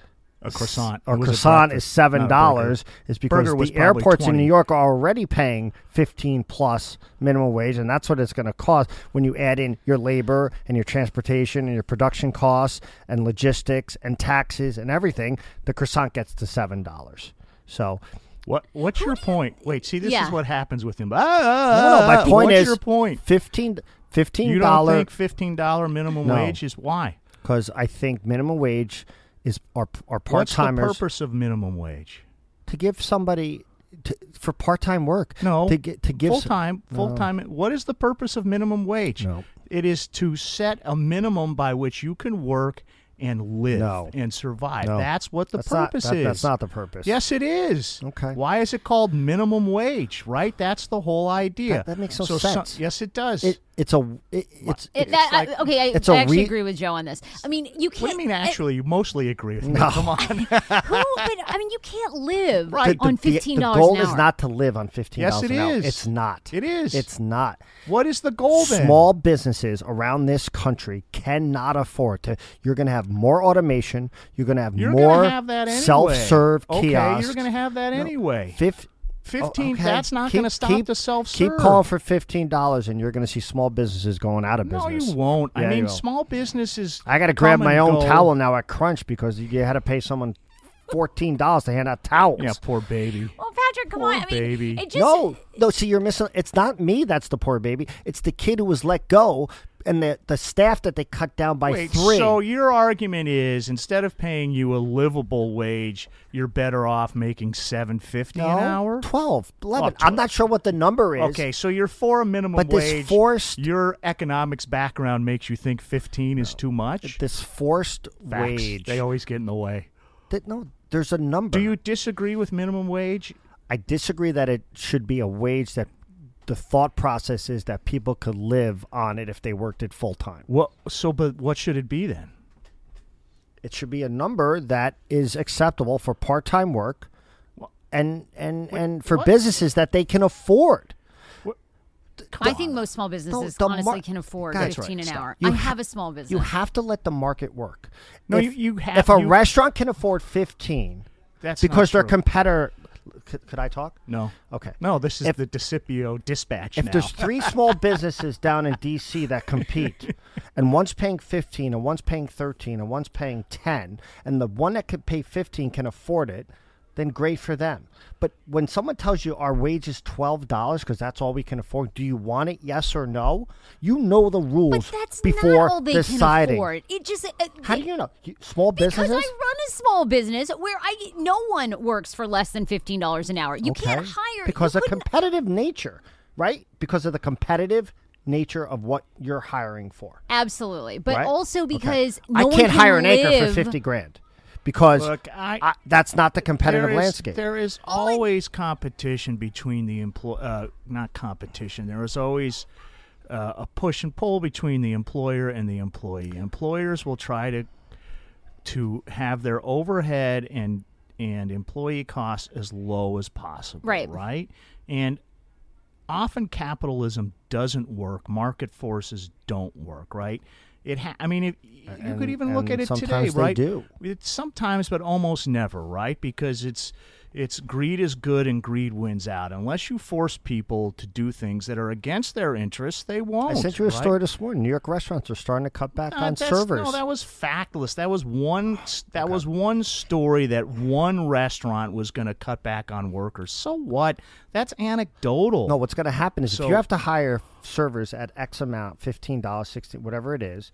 [SPEAKER 3] A croissant
[SPEAKER 2] or
[SPEAKER 3] It was a
[SPEAKER 2] croissant is
[SPEAKER 3] breakfast, not a
[SPEAKER 2] seven dollars
[SPEAKER 3] burger.
[SPEAKER 2] is because
[SPEAKER 3] Burger was
[SPEAKER 2] the
[SPEAKER 3] probably
[SPEAKER 2] airports in
[SPEAKER 3] 20.
[SPEAKER 2] New York are already paying fifteen plus minimum wage, and that's what it's going to cost when you add in your labor and your transportation and your production costs and logistics and taxes and everything. The croissant gets to seven dollars. So
[SPEAKER 3] What What's your point? Wait, see, this
[SPEAKER 1] Yeah.
[SPEAKER 3] is what happens with him.
[SPEAKER 2] no, no, my
[SPEAKER 3] Ah,
[SPEAKER 2] point
[SPEAKER 3] what's
[SPEAKER 2] is
[SPEAKER 3] your point?
[SPEAKER 2] fifteen fifteen
[SPEAKER 3] You don't
[SPEAKER 2] dollar
[SPEAKER 3] think fifteen dollar minimum
[SPEAKER 2] No.
[SPEAKER 3] wage is why?
[SPEAKER 2] because I think minimum wage is are are part
[SPEAKER 3] What's the
[SPEAKER 2] timers
[SPEAKER 3] purpose of minimum wage?
[SPEAKER 2] to give somebody. To, for part-time work,
[SPEAKER 3] No,
[SPEAKER 2] to get to give
[SPEAKER 3] full time, full time. What is the purpose of minimum wage?
[SPEAKER 2] No.
[SPEAKER 3] It is to set a minimum by which you can work and live
[SPEAKER 2] No.
[SPEAKER 3] and survive.
[SPEAKER 2] No.
[SPEAKER 3] That's what the
[SPEAKER 2] That's not-
[SPEAKER 3] purpose is.
[SPEAKER 2] that- that's not the purpose.
[SPEAKER 3] Yes, it is.
[SPEAKER 2] Okay.
[SPEAKER 3] Why is it called minimum wage? Right. That's the whole idea.
[SPEAKER 2] That- that makes no
[SPEAKER 3] so
[SPEAKER 2] sense.
[SPEAKER 3] yes, it does.
[SPEAKER 2] It, it's a it, it's,
[SPEAKER 1] It,
[SPEAKER 2] it's
[SPEAKER 1] that,
[SPEAKER 2] like-
[SPEAKER 1] I, okay, I,
[SPEAKER 2] it's
[SPEAKER 1] I
[SPEAKER 2] a
[SPEAKER 1] actually
[SPEAKER 2] re-
[SPEAKER 1] agree with Joe on this. I mean, you can't.
[SPEAKER 3] what do you mean? Actually, you mostly agree with me.
[SPEAKER 2] No. [laughs]
[SPEAKER 3] Come on.
[SPEAKER 1] uh, who? But I mean, you can't live
[SPEAKER 3] Right.
[SPEAKER 1] on
[SPEAKER 2] the-
[SPEAKER 1] fifteen
[SPEAKER 2] The
[SPEAKER 1] dollars.
[SPEAKER 2] goal
[SPEAKER 1] an
[SPEAKER 2] is
[SPEAKER 1] hour.
[SPEAKER 2] not to live on fifteen dollars
[SPEAKER 3] Yes, it
[SPEAKER 2] an hour.
[SPEAKER 3] is.
[SPEAKER 2] It's not.
[SPEAKER 3] It is.
[SPEAKER 2] It's not.
[SPEAKER 3] what is the goal then?
[SPEAKER 2] Small businesses around this country cannot afford to. You're going to have more automation. You're going to have
[SPEAKER 3] You're
[SPEAKER 2] more
[SPEAKER 3] gonna have that anyway.
[SPEAKER 2] self-serve
[SPEAKER 3] okay,
[SPEAKER 2] kiosks.
[SPEAKER 3] You're going to have that anyway.
[SPEAKER 2] Fif- Oh,
[SPEAKER 3] Fifteen.
[SPEAKER 2] okay.
[SPEAKER 3] That's not
[SPEAKER 2] Keep-
[SPEAKER 3] going to stop
[SPEAKER 2] keep-
[SPEAKER 3] the self-serve.
[SPEAKER 2] Keep calling for fifteen dollars, and you're going to see small businesses going out of
[SPEAKER 3] No,
[SPEAKER 2] business.
[SPEAKER 3] you won't.
[SPEAKER 2] Yeah,
[SPEAKER 3] I
[SPEAKER 2] you
[SPEAKER 3] mean,
[SPEAKER 2] will.
[SPEAKER 3] small businesses.
[SPEAKER 2] I got to grab
[SPEAKER 3] come
[SPEAKER 2] my
[SPEAKER 3] and
[SPEAKER 2] own
[SPEAKER 3] go.
[SPEAKER 2] towel now at Crunch because you had to pay someone fourteen dollars to hand out towels.
[SPEAKER 3] Yeah, poor baby.
[SPEAKER 1] Well, Patrick, come on. I mean,
[SPEAKER 3] baby.
[SPEAKER 1] it just
[SPEAKER 2] no, no. See, you're missing. It's not me. That's the poor baby. It's the kid who was let go, and the the staff that they cut down by
[SPEAKER 3] Wait,
[SPEAKER 2] three.
[SPEAKER 3] so your argument is instead of paying you a livable wage, you're better off making seven fifty
[SPEAKER 2] no,
[SPEAKER 3] an hour?
[SPEAKER 2] 12, 11.
[SPEAKER 3] Oh,
[SPEAKER 2] I'm not sure what the number is.
[SPEAKER 3] Okay, so you're for a minimum
[SPEAKER 2] But this
[SPEAKER 3] wage.
[SPEAKER 2] forced-
[SPEAKER 3] your economics background makes you think fifteen is too much.
[SPEAKER 2] This forced
[SPEAKER 3] Facts.
[SPEAKER 2] wage.
[SPEAKER 3] They always get in the way.
[SPEAKER 2] That- no, there's a number.
[SPEAKER 3] Do you disagree with minimum wage?
[SPEAKER 2] I disagree that it should be a wage that the thought process is that people could live on it if they worked it full time.
[SPEAKER 3] What? So, but what should it be then?
[SPEAKER 2] It should be a number that is acceptable for part time work, and and and for businesses that they can afford.
[SPEAKER 1] I think most small businesses
[SPEAKER 2] the mar-
[SPEAKER 1] honestly can afford
[SPEAKER 2] Guys,
[SPEAKER 1] fifteen an
[SPEAKER 2] stop.
[SPEAKER 1] hour.
[SPEAKER 2] You
[SPEAKER 1] I
[SPEAKER 2] ha-
[SPEAKER 1] have a small business.
[SPEAKER 2] You have to let the market work.
[SPEAKER 3] No,
[SPEAKER 2] if,
[SPEAKER 3] you- you have-
[SPEAKER 2] If a
[SPEAKER 3] you-
[SPEAKER 2] restaurant can afford fifteen,
[SPEAKER 3] That's not
[SPEAKER 2] because their
[SPEAKER 3] true.
[SPEAKER 2] competitor. Could, could I talk?
[SPEAKER 3] no.
[SPEAKER 2] Okay.
[SPEAKER 3] No, this is
[SPEAKER 2] If-
[SPEAKER 3] the DeCipio dispatch
[SPEAKER 2] If
[SPEAKER 3] now.
[SPEAKER 2] there's three
[SPEAKER 3] [laughs]
[SPEAKER 2] small businesses down in D.C. that compete, and one's paying fifteen, and one's paying thirteen, and one's paying ten, and the one that could pay fifteen can afford it, then great for them. But when someone tells you our wage is twelve dollars because that's all we can afford, do you want it? Yes or no? You know the rules
[SPEAKER 1] But that's
[SPEAKER 2] before
[SPEAKER 1] not all they
[SPEAKER 2] deciding.
[SPEAKER 1] can afford. It just uh,
[SPEAKER 2] How do you know? You- Small
[SPEAKER 1] Because I
[SPEAKER 2] businesses.
[SPEAKER 1] run a small business where I no one works for less than fifteen dollars an hour. You can't
[SPEAKER 2] okay?
[SPEAKER 1] hire
[SPEAKER 2] because
[SPEAKER 1] you
[SPEAKER 2] of
[SPEAKER 1] couldn't-
[SPEAKER 2] competitive nature, right? Because of the competitive nature of what you're hiring for.
[SPEAKER 1] absolutely, but
[SPEAKER 2] right?
[SPEAKER 1] also
[SPEAKER 2] Okay.
[SPEAKER 1] because no
[SPEAKER 2] I
[SPEAKER 1] one
[SPEAKER 2] can't
[SPEAKER 1] can
[SPEAKER 2] hire an
[SPEAKER 1] live.
[SPEAKER 2] acre for fifty grand because
[SPEAKER 3] Look, I-
[SPEAKER 2] that's not the competitive
[SPEAKER 3] There is-
[SPEAKER 2] landscape.
[SPEAKER 3] There is always competition between the employ. Uh, not competition. There is always uh, a push and pull between the employer and the employee. Employers will try to to have their overhead and and employee costs as low as possible.
[SPEAKER 1] Right.
[SPEAKER 3] Right. And often capitalism doesn't work. Market forces don't work. Right. It. Ha- I mean, if, you could
[SPEAKER 2] And-
[SPEAKER 3] even look
[SPEAKER 2] and
[SPEAKER 3] at it today,
[SPEAKER 2] sometimes they
[SPEAKER 3] right?
[SPEAKER 2] do.
[SPEAKER 3] It's sometimes, but almost never, right? Because it's it's greed is good and greed wins out. Unless you force people to do things that are against their interests, they won't.
[SPEAKER 2] I sent you a
[SPEAKER 3] right?
[SPEAKER 2] story this morning. New York restaurants are starting to cut back
[SPEAKER 3] Uh,
[SPEAKER 2] on
[SPEAKER 3] that's-
[SPEAKER 2] servers. Oh,
[SPEAKER 3] No, that was factless. That was
[SPEAKER 2] [sighs]
[SPEAKER 3] one. That was one story that one restaurant was going to cut back on workers. So what? That's anecdotal.
[SPEAKER 2] No, what's going to happen is if
[SPEAKER 3] So-
[SPEAKER 2] you have to hire servers at X amount, fifteen dollars, sixteen, whatever it is,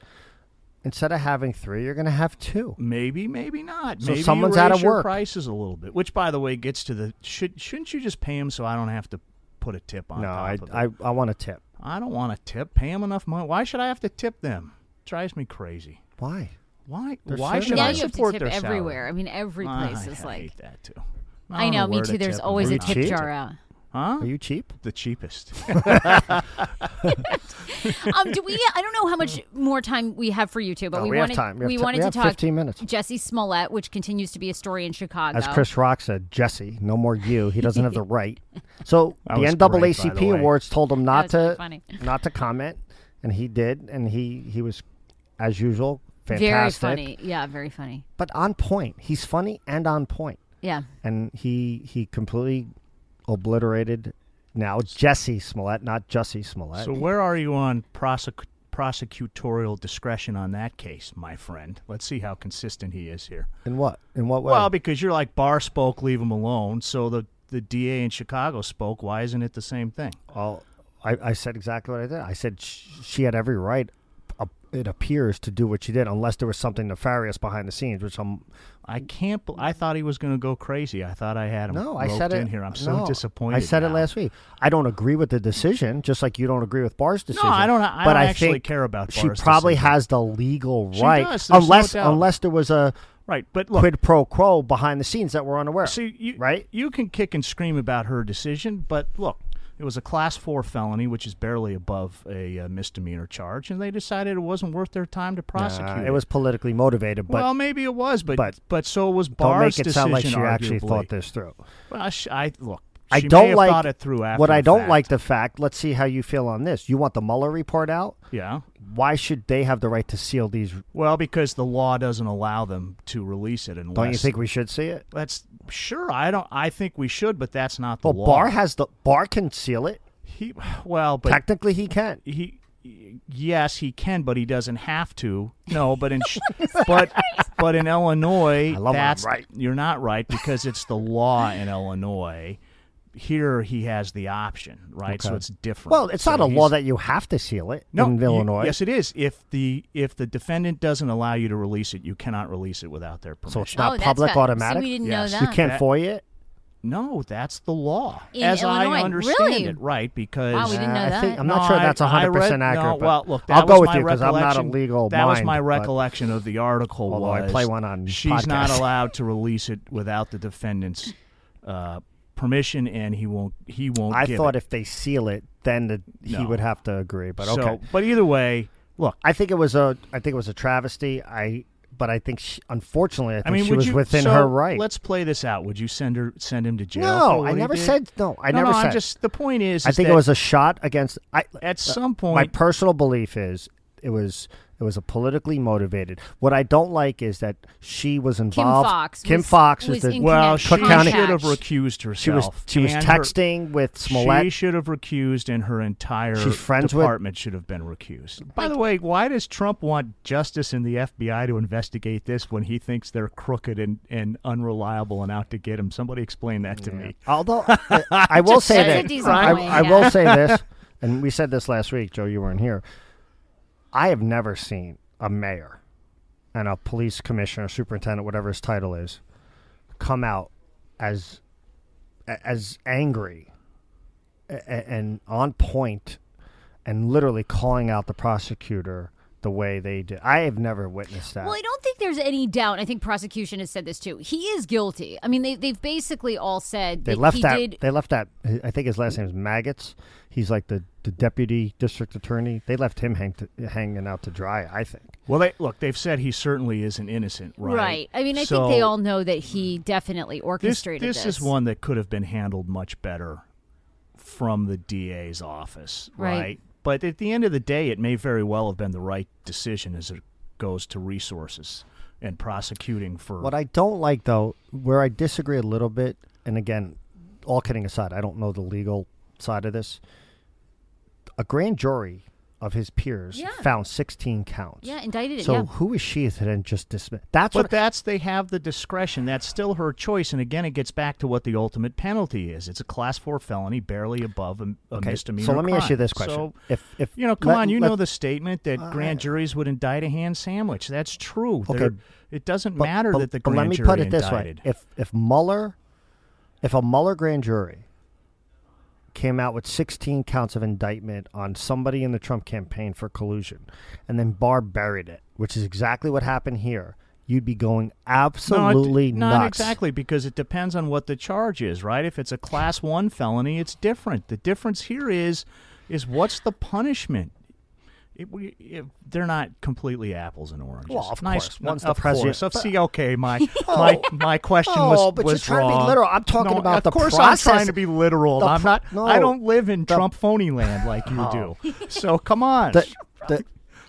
[SPEAKER 2] instead of having three, you're going to have two.
[SPEAKER 3] Maybe, maybe not.
[SPEAKER 2] So
[SPEAKER 3] maybe you
[SPEAKER 2] someone's out
[SPEAKER 3] raise
[SPEAKER 2] of
[SPEAKER 3] your
[SPEAKER 2] work.
[SPEAKER 3] prices a little bit, which, by the way, gets to the should. Shouldn't you just pay them so I don't have to put a tip on?
[SPEAKER 2] No,
[SPEAKER 3] top
[SPEAKER 2] I,
[SPEAKER 3] of it?
[SPEAKER 2] I, I want a tip.
[SPEAKER 3] I don't want to tip. Pay them enough money. Why should I have to tip them? drives me crazy.
[SPEAKER 2] Why?
[SPEAKER 3] Why?
[SPEAKER 2] They're
[SPEAKER 3] why
[SPEAKER 2] so nice.
[SPEAKER 3] should
[SPEAKER 1] now
[SPEAKER 3] I
[SPEAKER 1] you have
[SPEAKER 3] support
[SPEAKER 1] to tip
[SPEAKER 3] their salary?
[SPEAKER 1] everywhere. I mean, every place
[SPEAKER 3] I,
[SPEAKER 1] is
[SPEAKER 3] I
[SPEAKER 1] like.
[SPEAKER 3] hate that too.
[SPEAKER 1] I,
[SPEAKER 3] don't
[SPEAKER 1] know, me
[SPEAKER 3] where to
[SPEAKER 1] too. There's
[SPEAKER 3] tip 'em.
[SPEAKER 1] always
[SPEAKER 2] Are
[SPEAKER 1] a
[SPEAKER 2] you
[SPEAKER 1] tip
[SPEAKER 2] cheap?
[SPEAKER 1] jar out.
[SPEAKER 2] Are you cheap?
[SPEAKER 3] The [laughs] cheapest.
[SPEAKER 2] [laughs]
[SPEAKER 1] Um, do we? I don't know how
[SPEAKER 2] [laughs]
[SPEAKER 1] much more time we have for you two, but
[SPEAKER 2] No,
[SPEAKER 1] we,
[SPEAKER 2] Oh, we have
[SPEAKER 1] wanted
[SPEAKER 2] time. We have ti-
[SPEAKER 1] wanted
[SPEAKER 2] we
[SPEAKER 1] to
[SPEAKER 2] have
[SPEAKER 1] talk
[SPEAKER 2] 15 minutes.
[SPEAKER 1] Jesse Smollett, which continues to be a story in Chicago.
[SPEAKER 2] As Chris Rock said, Jesse, no more you. He doesn't
[SPEAKER 1] [laughs]
[SPEAKER 2] have the right. So the
[SPEAKER 3] [laughs] That was great,
[SPEAKER 2] NAACP
[SPEAKER 3] by the way.
[SPEAKER 2] awards told him not
[SPEAKER 1] That was
[SPEAKER 2] to
[SPEAKER 1] really funny. [laughs]
[SPEAKER 2] not to comment, and he did, and he he was, as usual, fantastic.
[SPEAKER 1] very funny. Yeah, very funny.
[SPEAKER 2] but on point. He's funny and on point.
[SPEAKER 1] Yeah.
[SPEAKER 2] and he he completely obliterated now Jesse Smollett, not Jesse Smollett.
[SPEAKER 3] so where are you on prosec- prosecutorial discretion on that case, my friend? Let's see how consistent he is here.
[SPEAKER 2] in what? In what way?
[SPEAKER 3] Well, because you're like Barr spoke, leave him alone. So the the DA in Chicago spoke. Why isn't it the same thing?
[SPEAKER 2] I'll- I, I said exactly what I did. I said sh- she had every right. uh, It appears to do what she did, unless there was something nefarious behind the scenes, which I'm.
[SPEAKER 3] I can't. bel I thought he was going to go crazy. I thought I had him.
[SPEAKER 2] No, I
[SPEAKER 3] roped
[SPEAKER 2] said it
[SPEAKER 3] in here. I'm so
[SPEAKER 2] no,
[SPEAKER 3] disappointed.
[SPEAKER 2] I said it
[SPEAKER 3] now.
[SPEAKER 2] last week. I don't agree with the decision, just like you don't agree with Barr's decision.
[SPEAKER 3] I don't- I
[SPEAKER 2] but
[SPEAKER 3] don't
[SPEAKER 2] I
[SPEAKER 3] actually
[SPEAKER 2] think
[SPEAKER 3] care about
[SPEAKER 2] She
[SPEAKER 3] Barr's
[SPEAKER 2] probably
[SPEAKER 3] decision.
[SPEAKER 2] has the legal
[SPEAKER 3] She
[SPEAKER 2] right,
[SPEAKER 3] does, there's no
[SPEAKER 2] unless
[SPEAKER 3] doubt.
[SPEAKER 2] unless there was a
[SPEAKER 3] Right, but look,
[SPEAKER 2] quid pro quo behind the scenes that we're unaware. of,
[SPEAKER 3] see, you,
[SPEAKER 2] right?
[SPEAKER 3] You can kick and scream about her decision, but look, it was a class four felony, which is barely above a, uh misdemeanor charge, and they decided it wasn't worth their time to prosecute.
[SPEAKER 2] Uh, it was politically motivated, but
[SPEAKER 3] well, maybe it was, but
[SPEAKER 2] but
[SPEAKER 3] but, so was
[SPEAKER 2] don't
[SPEAKER 3] Barr's
[SPEAKER 2] make it sound like she
[SPEAKER 3] decision,
[SPEAKER 2] actually
[SPEAKER 3] arguably.
[SPEAKER 2] thought this through.
[SPEAKER 3] Well, she, I look.
[SPEAKER 2] I
[SPEAKER 3] she may
[SPEAKER 2] don't
[SPEAKER 3] have
[SPEAKER 2] like
[SPEAKER 3] thought it through after
[SPEAKER 2] what I
[SPEAKER 3] the
[SPEAKER 2] don't
[SPEAKER 3] fact.
[SPEAKER 2] like the fact. Let's see how you feel on this. You want the Mueller report out?
[SPEAKER 3] yeah.
[SPEAKER 2] Why should they have the right to seal these?
[SPEAKER 3] Well, because the law doesn't allow them to release it unless
[SPEAKER 2] Don't you think we should see it?
[SPEAKER 3] that's sure. I don't. I think we should, but that's not the
[SPEAKER 2] Well,
[SPEAKER 3] law.
[SPEAKER 2] Barr has the Barr can seal it.
[SPEAKER 3] he well, but
[SPEAKER 2] Technically, he can.
[SPEAKER 3] he yes he can but he doesn't have to
[SPEAKER 2] [laughs]
[SPEAKER 3] no but in sh- but but in illinois
[SPEAKER 2] I love when I'm
[SPEAKER 3] that's
[SPEAKER 2] right.
[SPEAKER 3] you're not right because it's the law in illinois here he has the option right so
[SPEAKER 2] Okay.
[SPEAKER 3] it's different
[SPEAKER 2] Well, it's
[SPEAKER 3] So
[SPEAKER 2] not a law
[SPEAKER 3] he's-
[SPEAKER 2] that you have to seal it
[SPEAKER 3] no,
[SPEAKER 2] in
[SPEAKER 3] you-
[SPEAKER 2] Illinois.
[SPEAKER 3] yes, it is. If the if the defendant doesn't allow you to release it, you cannot release it without their permission.
[SPEAKER 2] so it's not
[SPEAKER 1] oh, that's
[SPEAKER 2] Uh, public
[SPEAKER 1] got- see,
[SPEAKER 2] automatic.
[SPEAKER 1] we didn't
[SPEAKER 3] Yes.
[SPEAKER 1] know
[SPEAKER 3] You
[SPEAKER 1] that.
[SPEAKER 2] You can't
[SPEAKER 3] That-
[SPEAKER 2] FOIA it.
[SPEAKER 3] no, that's the law
[SPEAKER 1] In
[SPEAKER 3] as I
[SPEAKER 1] Illinois,
[SPEAKER 3] understand
[SPEAKER 1] really?
[SPEAKER 3] it, right? Because
[SPEAKER 1] Wow, we didn't know
[SPEAKER 2] I
[SPEAKER 1] that.
[SPEAKER 2] think- I'm
[SPEAKER 3] No,
[SPEAKER 2] not sure
[SPEAKER 3] Uh, I-
[SPEAKER 2] that's 100%
[SPEAKER 3] I read-
[SPEAKER 2] accurate.
[SPEAKER 3] No,
[SPEAKER 2] but
[SPEAKER 3] well, look, that
[SPEAKER 2] I'll go
[SPEAKER 3] was
[SPEAKER 2] with
[SPEAKER 3] my
[SPEAKER 2] you I'm not a
[SPEAKER 3] recollection-
[SPEAKER 2] legal
[SPEAKER 3] That was
[SPEAKER 2] mind,
[SPEAKER 3] my
[SPEAKER 2] but-
[SPEAKER 3] recollection of the article.
[SPEAKER 2] Although I
[SPEAKER 3] was
[SPEAKER 2] play one on
[SPEAKER 3] She's not
[SPEAKER 2] podcast.
[SPEAKER 3] allowed to release it without the defendant's uh, permission, and he won't. He won't.
[SPEAKER 2] I
[SPEAKER 3] give
[SPEAKER 2] thought
[SPEAKER 3] it.
[SPEAKER 2] if they seal it, then the, he
[SPEAKER 3] No.
[SPEAKER 2] would have to agree. But
[SPEAKER 3] So,
[SPEAKER 2] okay.
[SPEAKER 3] but either way, look.
[SPEAKER 2] I think it was a. I think it was a travesty. I. But I think she, unfortunately, I think
[SPEAKER 3] I mean,
[SPEAKER 2] she
[SPEAKER 3] would
[SPEAKER 2] was
[SPEAKER 3] you,
[SPEAKER 2] within
[SPEAKER 3] so
[SPEAKER 2] her right.
[SPEAKER 3] Let's play this out. Would you send her send him to jail? for
[SPEAKER 2] no,
[SPEAKER 3] what
[SPEAKER 2] I
[SPEAKER 3] he
[SPEAKER 2] never
[SPEAKER 3] did?
[SPEAKER 2] said no. I
[SPEAKER 3] no,
[SPEAKER 2] never
[SPEAKER 3] no,
[SPEAKER 2] said.
[SPEAKER 3] I'm just the point is.
[SPEAKER 2] I
[SPEAKER 3] is
[SPEAKER 2] think
[SPEAKER 3] that
[SPEAKER 2] it was a shot against. I uh,
[SPEAKER 3] at some
[SPEAKER 2] my
[SPEAKER 3] point.
[SPEAKER 2] personal belief is it was It was a politically motivated. What I don't like is that she was involved.
[SPEAKER 1] Kim Fox.
[SPEAKER 2] Kim
[SPEAKER 1] was,
[SPEAKER 2] Fox is
[SPEAKER 1] was
[SPEAKER 2] the
[SPEAKER 1] in
[SPEAKER 3] Well,
[SPEAKER 1] connect-
[SPEAKER 3] she
[SPEAKER 2] Cook County-
[SPEAKER 3] should have
[SPEAKER 1] contact.
[SPEAKER 3] recused herself.
[SPEAKER 2] she was she was
[SPEAKER 3] and her-
[SPEAKER 2] texting with
[SPEAKER 3] She
[SPEAKER 2] Smollett.
[SPEAKER 3] should have recused, and her entire
[SPEAKER 2] She's friends with-
[SPEAKER 3] department should have been recused. By the way, why does Trump want justice and the FBI to investigate this when he thinks they're crooked and, and unreliable and out to get him? Somebody explain that to me.
[SPEAKER 1] [laughs]
[SPEAKER 2] Although I, I will say
[SPEAKER 1] That's a
[SPEAKER 2] that
[SPEAKER 1] decent
[SPEAKER 2] I,
[SPEAKER 1] point,
[SPEAKER 2] I
[SPEAKER 1] yeah.
[SPEAKER 2] will
[SPEAKER 1] [laughs]
[SPEAKER 2] say this, and we said this last week, Joe. You weren't here. I have never seen a mayor and a police commissioner, superintendent, whatever his title is, come out as as angry a- a- and on point and literally calling out the prosecutor the way they did. I have never witnessed that.
[SPEAKER 1] Well, I don't think there's any doubt. I think prosecution has said this too. He is guilty. I mean, they, they've basically all said
[SPEAKER 2] They
[SPEAKER 1] that
[SPEAKER 2] left
[SPEAKER 1] he
[SPEAKER 2] that.
[SPEAKER 1] did.
[SPEAKER 2] They left that. I think his last name is Maggots. He's like the, the deputy district attorney. They left him hang to, hanging out to dry. I think.
[SPEAKER 3] Well, they, look, they've said he certainly isn't innocent, right?
[SPEAKER 1] Right. I mean, I
[SPEAKER 3] So
[SPEAKER 1] think they all know that he definitely
[SPEAKER 3] this,
[SPEAKER 1] orchestrated this.
[SPEAKER 3] this is one that could have been handled much better from the DA's office,
[SPEAKER 1] Right.
[SPEAKER 3] right? But at the end of the day, it may very well have been the right decision as it goes to resources and prosecuting for
[SPEAKER 2] What I don't like though, where I disagree a little bit, and again, all kidding aside, I don't know the legal side of this. A grand jury of his peers
[SPEAKER 1] Yeah.
[SPEAKER 2] found 16 counts.
[SPEAKER 1] Yeah, indicted it.
[SPEAKER 2] So
[SPEAKER 1] yeah.
[SPEAKER 2] who is she to then just dismiss? That's
[SPEAKER 3] But
[SPEAKER 2] what
[SPEAKER 3] that's they have the discretion. That's still her choice. And again, it gets back to what the ultimate penalty is. It's a class four felony, barely above a, a
[SPEAKER 2] Okay,
[SPEAKER 3] misdemeanor.
[SPEAKER 2] So let me ask you
[SPEAKER 3] crime.
[SPEAKER 2] this question:
[SPEAKER 3] So,
[SPEAKER 2] If, if
[SPEAKER 3] you know, come
[SPEAKER 2] let-
[SPEAKER 3] on, you
[SPEAKER 2] let-
[SPEAKER 3] know the statement that grand juries would indict a hand sandwich. That's true.
[SPEAKER 2] Okay.
[SPEAKER 3] They're- it doesn't
[SPEAKER 2] But-
[SPEAKER 3] matter
[SPEAKER 2] but-
[SPEAKER 3] that the
[SPEAKER 2] but
[SPEAKER 3] grand
[SPEAKER 2] let me
[SPEAKER 3] jury
[SPEAKER 2] put it this
[SPEAKER 3] indicted.
[SPEAKER 2] way: if if Mueller, if a Mueller grand jury came out with 16 counts of indictment on somebody in the Trump campaign for collusion, and then Barr buried it, which is exactly what happened here, you'd be going absolutely
[SPEAKER 3] no, it-
[SPEAKER 2] nuts.
[SPEAKER 3] Not exactly, because it depends on what the charge is, right? If it's a class one felony, it's different. The difference here is, is what's the punishment? It, we, it, they're not completely apples and oranges.
[SPEAKER 2] Well, of
[SPEAKER 3] nice,
[SPEAKER 2] course. One's
[SPEAKER 3] of
[SPEAKER 2] the president-
[SPEAKER 3] course. Of- see,
[SPEAKER 2] [laughs]
[SPEAKER 3] okay, my my my question
[SPEAKER 2] Oh,
[SPEAKER 3] was
[SPEAKER 2] but you're
[SPEAKER 3] was
[SPEAKER 2] trying to be
[SPEAKER 3] wrong.
[SPEAKER 2] literal. I'm talking
[SPEAKER 3] No,
[SPEAKER 2] about
[SPEAKER 3] of
[SPEAKER 2] the
[SPEAKER 3] course I'm
[SPEAKER 2] process.
[SPEAKER 3] trying to be literal.
[SPEAKER 2] The
[SPEAKER 3] I'm
[SPEAKER 2] pro-
[SPEAKER 3] not. I
[SPEAKER 2] no.
[SPEAKER 3] don't live in
[SPEAKER 2] The- Oh.
[SPEAKER 3] Trump phony land like you do. So come on.
[SPEAKER 2] The, the,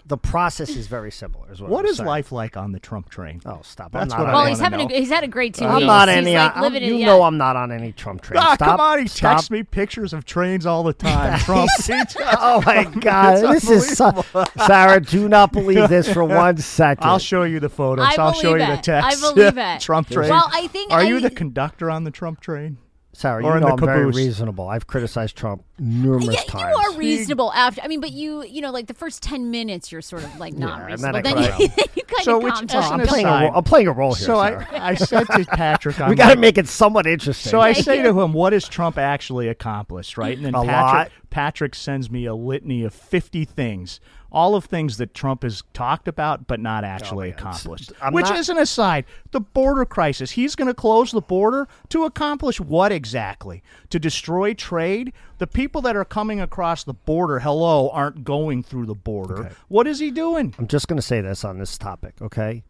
[SPEAKER 2] the process is very similar. Is what
[SPEAKER 3] what
[SPEAKER 2] I'm
[SPEAKER 3] is
[SPEAKER 2] saying.
[SPEAKER 3] life like on the Trump train?
[SPEAKER 2] Oh, stop!
[SPEAKER 3] That's
[SPEAKER 2] I'm
[SPEAKER 3] what
[SPEAKER 2] not
[SPEAKER 3] I
[SPEAKER 1] well,
[SPEAKER 2] on
[SPEAKER 1] he's
[SPEAKER 3] wanna
[SPEAKER 1] having a,
[SPEAKER 3] know.
[SPEAKER 1] he's had a great 2
[SPEAKER 2] I'm
[SPEAKER 1] years.
[SPEAKER 2] not
[SPEAKER 1] he's
[SPEAKER 2] any.
[SPEAKER 1] Like
[SPEAKER 2] I'm-
[SPEAKER 1] living
[SPEAKER 2] you
[SPEAKER 1] it, yeah.
[SPEAKER 2] know I'm not on any Trump train.
[SPEAKER 3] Ah,
[SPEAKER 2] stop,
[SPEAKER 3] come on, he
[SPEAKER 2] stop.
[SPEAKER 3] texts me pictures of trains all the time. Trump, [laughs] he just-
[SPEAKER 2] [laughs] Oh my God! This is so- [laughs] Sarah. Do not believe this
[SPEAKER 3] [laughs]
[SPEAKER 2] for one second. [laughs]
[SPEAKER 3] I'll show you the photos.
[SPEAKER 1] I
[SPEAKER 3] will show
[SPEAKER 1] believe
[SPEAKER 3] you the
[SPEAKER 1] it. I
[SPEAKER 3] text. [laughs]
[SPEAKER 1] believe it.
[SPEAKER 3] Trump train.
[SPEAKER 1] Well, I think
[SPEAKER 3] Are
[SPEAKER 1] I-
[SPEAKER 3] you the conductor on the Trump train?
[SPEAKER 2] Sarah,
[SPEAKER 3] or
[SPEAKER 2] you
[SPEAKER 3] in
[SPEAKER 2] know
[SPEAKER 3] the
[SPEAKER 2] I'm very
[SPEAKER 3] caboose.
[SPEAKER 2] reasonable. I've criticized Trump numerous
[SPEAKER 1] Yeah,
[SPEAKER 2] times.
[SPEAKER 1] you are reasonable after. I mean, but you, you know, like the first ten minutes, you're sort of like not
[SPEAKER 2] I'm
[SPEAKER 1] reasonable.
[SPEAKER 2] not a
[SPEAKER 1] then, you,
[SPEAKER 2] clown.
[SPEAKER 1] then [laughs] you kind
[SPEAKER 3] So
[SPEAKER 1] of
[SPEAKER 3] which-
[SPEAKER 1] calm
[SPEAKER 3] as an
[SPEAKER 1] down.
[SPEAKER 2] I'm playing, a
[SPEAKER 3] aside.
[SPEAKER 2] role, I'm playing a role here.
[SPEAKER 3] So I,
[SPEAKER 2] Sarah.
[SPEAKER 3] I said to Patrick,
[SPEAKER 2] [laughs]
[SPEAKER 3] I'm
[SPEAKER 2] we got
[SPEAKER 3] like,
[SPEAKER 2] to make it somewhat interesting.
[SPEAKER 3] So I
[SPEAKER 1] Thank
[SPEAKER 3] say
[SPEAKER 1] you.
[SPEAKER 3] to him, "What has Trump actually accomplished?" Right, and then
[SPEAKER 2] A lot.
[SPEAKER 3] Patrick, Patrick sends me a litany of fifty things, all of things that Trump has talked about but not actually
[SPEAKER 2] Oh,
[SPEAKER 3] accomplished.
[SPEAKER 2] I'm
[SPEAKER 3] Which
[SPEAKER 2] not-
[SPEAKER 3] is an aside. The border crisis. He's going to close the border to accomplish what exactly? To destroy trade. The people that are coming across the border, hello, aren't going through the border. What is he doing?
[SPEAKER 2] I'm just going to say this on this topic, okay?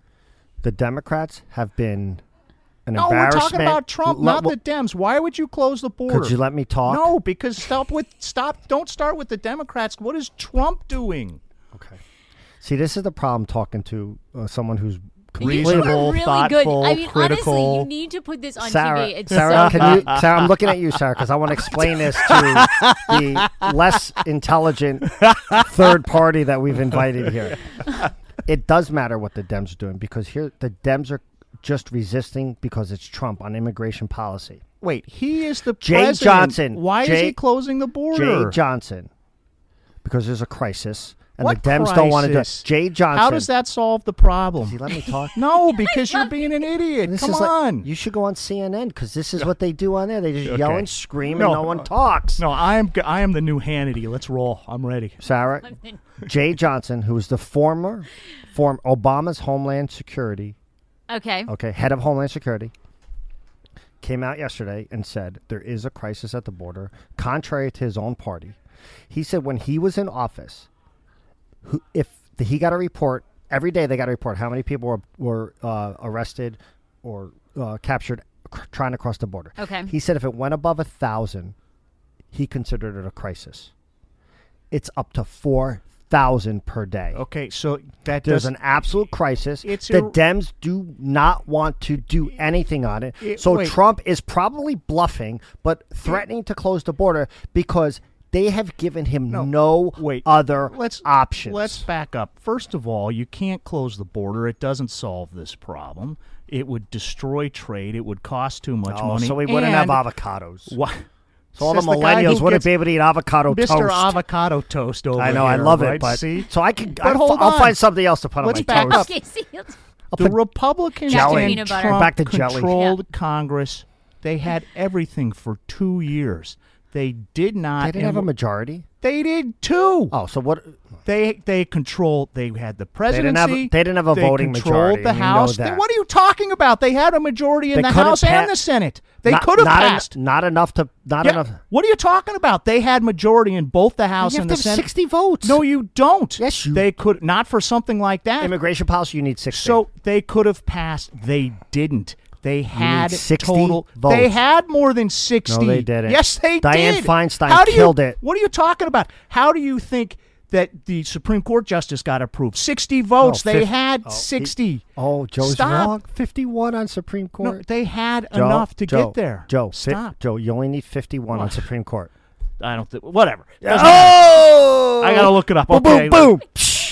[SPEAKER 2] The Democrats have been an
[SPEAKER 3] No, we're
[SPEAKER 2] embarrassment.
[SPEAKER 3] talking about Trump,
[SPEAKER 2] Le-
[SPEAKER 3] not
[SPEAKER 2] well,
[SPEAKER 3] the Dems. Why would you close the border?
[SPEAKER 2] Could you let me talk?
[SPEAKER 3] No, because stop with stop. Don't start with the Democrats. What is Trump doing?
[SPEAKER 2] Okay. See, this is the problem talking to uh, someone who's
[SPEAKER 1] You
[SPEAKER 2] completely
[SPEAKER 1] were
[SPEAKER 3] Reasonable,
[SPEAKER 1] really
[SPEAKER 3] thoughtful,
[SPEAKER 1] good. I mean, honestly,
[SPEAKER 3] critical.
[SPEAKER 1] you need to put this on
[SPEAKER 2] Sarah,
[SPEAKER 1] TV. It's
[SPEAKER 2] Sarah,
[SPEAKER 1] so
[SPEAKER 2] can you? Sarah, I'm looking at you, Sarah, because I want to explain this to the less intelligent third party that we've invited here. It does matter what the Dems are doing because here the Dems are just resisting because it's Trump on immigration policy.
[SPEAKER 3] Wait, he is the
[SPEAKER 2] Jay
[SPEAKER 3] president.
[SPEAKER 2] Johnson.
[SPEAKER 3] Why is
[SPEAKER 2] Jay-
[SPEAKER 3] he closing the
[SPEAKER 2] Jay
[SPEAKER 3] border?
[SPEAKER 2] Johnson, because there's a crisis and
[SPEAKER 3] What
[SPEAKER 2] the Dems don't want to do it.
[SPEAKER 3] crisis?
[SPEAKER 2] Jay Johnson.
[SPEAKER 3] How does that solve the problem?
[SPEAKER 2] See, let me
[SPEAKER 3] [laughs]
[SPEAKER 2] talk.
[SPEAKER 3] no, because you're being an idiot.
[SPEAKER 2] This
[SPEAKER 3] Come
[SPEAKER 2] is like-
[SPEAKER 3] on.
[SPEAKER 2] you should go on CNN because this
[SPEAKER 3] [laughs]
[SPEAKER 2] is what they do on there. They just yell
[SPEAKER 3] Okay.
[SPEAKER 2] and scream,
[SPEAKER 3] No.
[SPEAKER 2] and no one talks.
[SPEAKER 3] no, I am. g- I am the new Hannity. Let's roll. I'm ready.
[SPEAKER 2] Sarah, Jay Johnson, who was the former, form Obama's Homeland Security,
[SPEAKER 1] okay.
[SPEAKER 2] okay, head of Homeland Security, came out yesterday and said there is a crisis at the border, contrary to his own party. He said when he was in office, who, if the, he got a report every day, they got a report how many people were were uh, arrested or uh, captured cr- trying to cross the border.
[SPEAKER 1] Okay.
[SPEAKER 2] He said if it went above a thousand, he considered it a crisis. It's up to four thousand per day.
[SPEAKER 3] Okay, so that
[SPEAKER 2] There's
[SPEAKER 3] doesn't.
[SPEAKER 2] an absolute crisis.
[SPEAKER 3] It's
[SPEAKER 2] the
[SPEAKER 3] ir-
[SPEAKER 2] Dems do not want to do anything on it.
[SPEAKER 3] It-
[SPEAKER 2] so
[SPEAKER 3] wait.
[SPEAKER 2] Trump is probably bluffing, but threatening to close the border because they have given him no,
[SPEAKER 3] wait.
[SPEAKER 2] other
[SPEAKER 3] let's
[SPEAKER 2] options.
[SPEAKER 3] Let's back up. First of all, you can't close the border. It doesn't solve this problem. It would destroy trade. It would cost too much
[SPEAKER 2] Oh,
[SPEAKER 3] money.
[SPEAKER 2] so we wouldn't have
[SPEAKER 3] And-
[SPEAKER 2] avocados.
[SPEAKER 3] Wha-
[SPEAKER 2] So all the
[SPEAKER 3] Says guy
[SPEAKER 2] millennials
[SPEAKER 3] who
[SPEAKER 2] wouldn't
[SPEAKER 3] gets
[SPEAKER 2] be able to eat avocado
[SPEAKER 3] Mr.
[SPEAKER 2] toast.
[SPEAKER 3] Avocado Toast over
[SPEAKER 2] I know, I
[SPEAKER 3] here,
[SPEAKER 2] love
[SPEAKER 3] right?
[SPEAKER 2] it, but
[SPEAKER 3] See?
[SPEAKER 2] so I can. I,
[SPEAKER 3] But hold
[SPEAKER 2] I'll
[SPEAKER 3] on.
[SPEAKER 2] find something else to put
[SPEAKER 3] Let's
[SPEAKER 2] on my
[SPEAKER 3] back
[SPEAKER 2] toast.
[SPEAKER 3] up.
[SPEAKER 1] Casey,
[SPEAKER 3] The Republicans
[SPEAKER 1] Back to
[SPEAKER 3] and
[SPEAKER 1] peanut butter.
[SPEAKER 3] Trump
[SPEAKER 2] Back to jelly.
[SPEAKER 3] controlled Congress. They had everything for two years. They did not.
[SPEAKER 2] They didn't have a
[SPEAKER 3] and-
[SPEAKER 2] majority.
[SPEAKER 3] They did too.
[SPEAKER 2] Oh, so what?
[SPEAKER 3] They they control. They had the presidency.
[SPEAKER 2] didn't have- they didn't have a voting
[SPEAKER 3] controlled
[SPEAKER 2] majority,
[SPEAKER 3] The
[SPEAKER 2] and we know
[SPEAKER 3] House. They-
[SPEAKER 2] that.
[SPEAKER 3] what are you talking about? They had a majority in
[SPEAKER 2] They
[SPEAKER 3] the
[SPEAKER 2] could've
[SPEAKER 3] House
[SPEAKER 2] pa-
[SPEAKER 3] and the Senate. They
[SPEAKER 2] Not-
[SPEAKER 3] could have
[SPEAKER 2] not en-
[SPEAKER 3] passed.
[SPEAKER 2] not enough to. Not
[SPEAKER 3] Yeah.
[SPEAKER 2] enough.
[SPEAKER 3] What are you talking about? They had majority in both the House
[SPEAKER 2] You have
[SPEAKER 3] and
[SPEAKER 2] to
[SPEAKER 3] the
[SPEAKER 2] have
[SPEAKER 3] Senate.
[SPEAKER 2] sixty votes.
[SPEAKER 3] No, you don't.
[SPEAKER 2] Yes, you-
[SPEAKER 3] They could not for something like
[SPEAKER 2] [laughs]
[SPEAKER 3] that.
[SPEAKER 2] immigration policy. You need sixty.
[SPEAKER 3] So they could have passed. They didn't. They had
[SPEAKER 2] 60
[SPEAKER 3] total.
[SPEAKER 2] votes.
[SPEAKER 3] They had more than sixty.
[SPEAKER 2] they didn't.
[SPEAKER 3] Yes, they
[SPEAKER 2] Dianne
[SPEAKER 3] did.
[SPEAKER 2] Feinstein
[SPEAKER 3] How do you-
[SPEAKER 2] killed it.
[SPEAKER 3] What are you talking about? How do you think that the Supreme Court justice got approved? Sixty votes.
[SPEAKER 2] No,
[SPEAKER 3] they
[SPEAKER 2] fif-
[SPEAKER 3] had
[SPEAKER 2] oh, he-
[SPEAKER 3] sixty.
[SPEAKER 2] oh, Joe's
[SPEAKER 3] Stop.
[SPEAKER 2] wrong. Fifty-one on Supreme Court.
[SPEAKER 3] No, they had
[SPEAKER 2] Joe,
[SPEAKER 3] enough to
[SPEAKER 2] Joe,
[SPEAKER 3] get there.
[SPEAKER 2] Joe, fi-
[SPEAKER 3] stop.
[SPEAKER 2] Joe, you only need fifty-one on Supreme
[SPEAKER 3] [laughs]
[SPEAKER 2] Court.
[SPEAKER 3] I don't think. Whatever. Doesn't matter.
[SPEAKER 2] Oh,
[SPEAKER 3] I gotta look it up.
[SPEAKER 2] Boom,
[SPEAKER 3] okay.
[SPEAKER 2] boom, boom.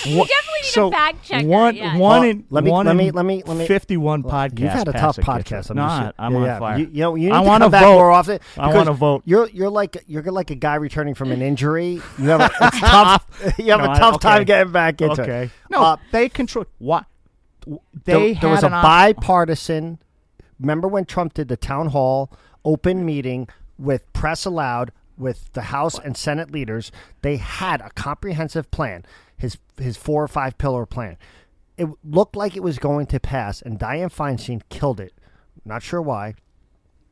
[SPEAKER 1] You definitely need
[SPEAKER 3] so
[SPEAKER 1] a fact checker.
[SPEAKER 3] One,
[SPEAKER 1] yeah.
[SPEAKER 3] one
[SPEAKER 2] Oh,
[SPEAKER 3] in
[SPEAKER 2] let me-
[SPEAKER 3] one
[SPEAKER 2] let me-
[SPEAKER 3] in
[SPEAKER 2] let me- let me-
[SPEAKER 3] Fifty-one podcasts.
[SPEAKER 2] You've had a tough
[SPEAKER 3] Patrick
[SPEAKER 2] podcast.
[SPEAKER 3] gets it.
[SPEAKER 2] I'm
[SPEAKER 3] Not.
[SPEAKER 2] just saying.
[SPEAKER 3] I'm
[SPEAKER 2] Yeah,
[SPEAKER 3] on
[SPEAKER 2] yeah.
[SPEAKER 3] fire.
[SPEAKER 2] You, you know, you need
[SPEAKER 3] I
[SPEAKER 2] to
[SPEAKER 3] wanna
[SPEAKER 2] come back
[SPEAKER 3] vote.
[SPEAKER 2] more often.
[SPEAKER 3] I
[SPEAKER 2] because
[SPEAKER 3] wanna vote.
[SPEAKER 2] You're you're like you're like a guy returning from an injury. You
[SPEAKER 3] [laughs]
[SPEAKER 2] have a it's tough. You have
[SPEAKER 3] No,
[SPEAKER 2] a
[SPEAKER 3] I-
[SPEAKER 2] tough time
[SPEAKER 3] okay.
[SPEAKER 2] getting back into it.
[SPEAKER 3] Okay. No,
[SPEAKER 2] Uh,
[SPEAKER 3] they control. What? w-
[SPEAKER 2] there,
[SPEAKER 3] They
[SPEAKER 2] there
[SPEAKER 3] had
[SPEAKER 2] was a
[SPEAKER 3] an op-
[SPEAKER 2] bipartisan. Remember when Trump did the town hall open meeting with press allowed with the House and Senate leaders? They had a comprehensive plan, his his four or five pillar plan. It looked like it was going to pass, and Dianne Feinstein killed it. Not sure why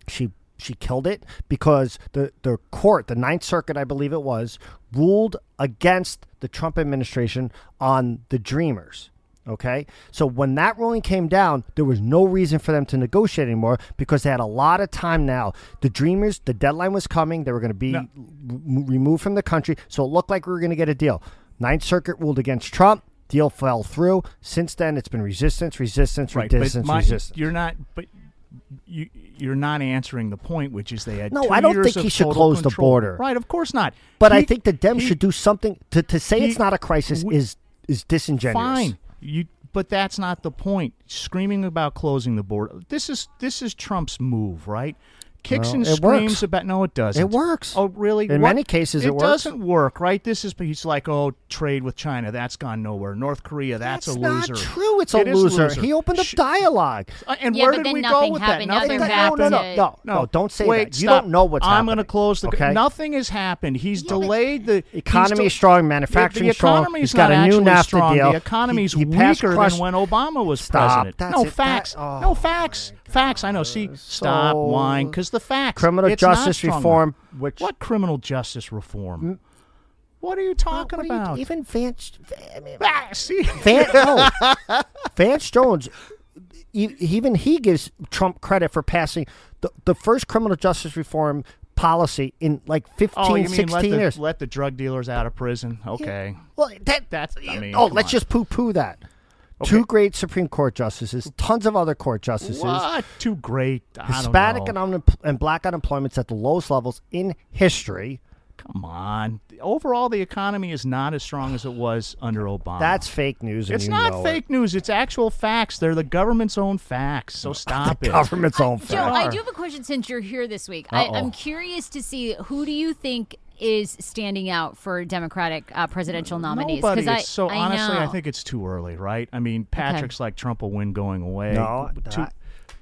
[SPEAKER 2] she she killed it because the the court, the Ninth Circuit, I believe it was, ruled against the Trump administration on the Dreamers. Okay, so when that ruling came down, there was no reason for them to negotiate anymore because they had a lot of time now. The Dreamers, the deadline was coming; they were going to be r- removed from the country, so it looked like we were going to get a deal. Ninth Circuit ruled against Trump. Deal fell through. Since then, it's been resistance, resistance,
[SPEAKER 3] Right, but
[SPEAKER 2] resistance,
[SPEAKER 3] my,
[SPEAKER 2] resistance.
[SPEAKER 3] you're not. But you you're not answering the point, which is they had.
[SPEAKER 2] No,
[SPEAKER 3] two
[SPEAKER 2] I don't
[SPEAKER 3] years
[SPEAKER 2] think
[SPEAKER 3] of
[SPEAKER 2] he should
[SPEAKER 3] total
[SPEAKER 2] close the
[SPEAKER 3] control.
[SPEAKER 2] border.
[SPEAKER 3] Right, of course not.
[SPEAKER 2] But I
[SPEAKER 3] He-
[SPEAKER 2] think the Dems
[SPEAKER 3] he-
[SPEAKER 2] should do something to, to say it's
[SPEAKER 3] he-
[SPEAKER 2] not a crisis
[SPEAKER 3] we-
[SPEAKER 2] is is disingenuous.
[SPEAKER 3] Fine. You but that's not the point. Screaming about closing the border. This is this is Trump's move, right? Kicks
[SPEAKER 2] Well,
[SPEAKER 3] and
[SPEAKER 2] it
[SPEAKER 3] screams
[SPEAKER 2] works.
[SPEAKER 3] about no, it doesn't.
[SPEAKER 2] It works.
[SPEAKER 3] Oh, really?
[SPEAKER 2] In
[SPEAKER 3] What-
[SPEAKER 2] many cases, it
[SPEAKER 3] it
[SPEAKER 2] works.
[SPEAKER 3] doesn't work, right? This is he's like, oh, trade with China, that's gone nowhere. North Korea, that's,
[SPEAKER 2] That's
[SPEAKER 3] a
[SPEAKER 2] not
[SPEAKER 3] loser.
[SPEAKER 2] true. It's a
[SPEAKER 3] It is
[SPEAKER 2] loser. He opened up
[SPEAKER 3] Sh-
[SPEAKER 2] dialogue.
[SPEAKER 3] Uh, and
[SPEAKER 1] Yeah,
[SPEAKER 3] where
[SPEAKER 1] but
[SPEAKER 3] did
[SPEAKER 1] then
[SPEAKER 3] we go
[SPEAKER 1] nothing
[SPEAKER 3] with
[SPEAKER 1] happened.
[SPEAKER 3] that?
[SPEAKER 1] Now
[SPEAKER 3] Nothing
[SPEAKER 1] they're
[SPEAKER 2] no,
[SPEAKER 1] back
[SPEAKER 3] happened.
[SPEAKER 2] no, no,
[SPEAKER 1] to-
[SPEAKER 2] no, no, Don't say
[SPEAKER 3] Wait,
[SPEAKER 2] that. You
[SPEAKER 3] stop.
[SPEAKER 2] don't know what's
[SPEAKER 3] I'm
[SPEAKER 2] happening.
[SPEAKER 3] going to close the.
[SPEAKER 2] Okay?
[SPEAKER 3] Nothing has happened. He's
[SPEAKER 1] Yeah, but-
[SPEAKER 3] delayed the
[SPEAKER 2] Economy
[SPEAKER 3] he's
[SPEAKER 2] is strong.
[SPEAKER 3] the,
[SPEAKER 2] Manufacturing
[SPEAKER 3] the
[SPEAKER 2] is strong.
[SPEAKER 3] economy's
[SPEAKER 2] He's got
[SPEAKER 3] not
[SPEAKER 2] a new
[SPEAKER 3] actually
[SPEAKER 2] NAFTA
[SPEAKER 3] strong.
[SPEAKER 2] deal.
[SPEAKER 3] The economy's
[SPEAKER 2] he, he passed
[SPEAKER 3] weaker
[SPEAKER 2] crush-
[SPEAKER 3] than when Obama was
[SPEAKER 2] Stop.
[SPEAKER 3] president.
[SPEAKER 2] That's
[SPEAKER 3] no
[SPEAKER 2] it.
[SPEAKER 3] facts.
[SPEAKER 2] That- oh,
[SPEAKER 3] no facts. Facts. I know. See, stop
[SPEAKER 2] So-
[SPEAKER 3] lying because the facts.
[SPEAKER 2] Criminal
[SPEAKER 3] it's not
[SPEAKER 2] justice
[SPEAKER 3] strong enough.
[SPEAKER 2] reform, which-
[SPEAKER 3] what criminal justice reform? What are you
[SPEAKER 2] What
[SPEAKER 3] talking
[SPEAKER 2] are you-
[SPEAKER 3] about?
[SPEAKER 2] even Vance. I mean,
[SPEAKER 3] [laughs] Ah, see,
[SPEAKER 2] Van, no.
[SPEAKER 3] [laughs]
[SPEAKER 2] Vance Jones, e- even he gives Trump credit for passing the, the first criminal justice reform policy in like 15,
[SPEAKER 3] oh, you mean
[SPEAKER 2] 16
[SPEAKER 3] let the,
[SPEAKER 2] years.
[SPEAKER 3] let the drug dealers out of prison? Okay.
[SPEAKER 2] well, that,
[SPEAKER 3] That's- I mean,
[SPEAKER 2] oh,
[SPEAKER 3] come
[SPEAKER 2] let's
[SPEAKER 3] on.
[SPEAKER 2] just poo poo that. Two great Supreme Court justices, tons of other court justices.
[SPEAKER 3] What? Too great. I don't
[SPEAKER 2] Hispanic
[SPEAKER 3] know.
[SPEAKER 2] and, unem- and black unemployment's at the lowest levels in history.
[SPEAKER 3] Come on. Overall, the economy is not as strong as it was under Obama.
[SPEAKER 2] That's fake news. And
[SPEAKER 3] it's
[SPEAKER 2] you know
[SPEAKER 3] not
[SPEAKER 2] it. [laughs]
[SPEAKER 3] fake news. It's actual facts. They're the government's own facts. So stop it.
[SPEAKER 2] Government's own
[SPEAKER 1] Joe,
[SPEAKER 2] fact.
[SPEAKER 1] I do have a question since you're here this week. I, I'm curious to see who do you think is standing out for Democratic uh, presidential nominees?
[SPEAKER 3] Nobody.
[SPEAKER 1] 'Cause I-
[SPEAKER 3] It's- so
[SPEAKER 1] I
[SPEAKER 3] honestly, I
[SPEAKER 1] know.
[SPEAKER 3] think it's too early, right? I mean, Patrick's like Trump will win going away.
[SPEAKER 2] No,
[SPEAKER 3] too,
[SPEAKER 2] I-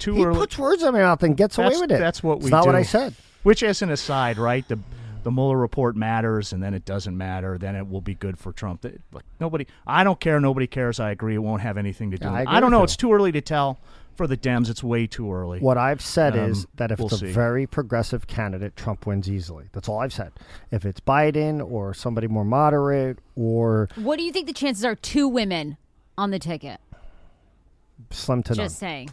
[SPEAKER 3] too
[SPEAKER 2] He
[SPEAKER 3] early.
[SPEAKER 2] puts words in my mouth and gets away
[SPEAKER 3] that's,
[SPEAKER 2] with it.
[SPEAKER 3] that's what we
[SPEAKER 2] It's not
[SPEAKER 3] do.
[SPEAKER 2] what I said.
[SPEAKER 3] Which, as an aside, right? The the Mueller report matters, and then it doesn't matter. Then it will be good for Trump. Th- Look, nobody. I don't care. Nobody cares. I agree. It won't have anything to do.
[SPEAKER 2] Yeah,
[SPEAKER 3] with
[SPEAKER 2] I
[SPEAKER 3] it.
[SPEAKER 2] agree
[SPEAKER 3] don't
[SPEAKER 2] with
[SPEAKER 3] know.
[SPEAKER 2] you.
[SPEAKER 3] It's too early to tell for the Dems. It's way too early.
[SPEAKER 2] What I've said is
[SPEAKER 3] Um,
[SPEAKER 2] that if
[SPEAKER 3] we'll
[SPEAKER 2] it's a
[SPEAKER 3] see.
[SPEAKER 2] very progressive candidate, Trump wins easily. That's all I've said. If it's Biden or somebody more moderate or
[SPEAKER 1] What do you think the chances are two women on the ticket?
[SPEAKER 2] slim to none.
[SPEAKER 1] Just saying.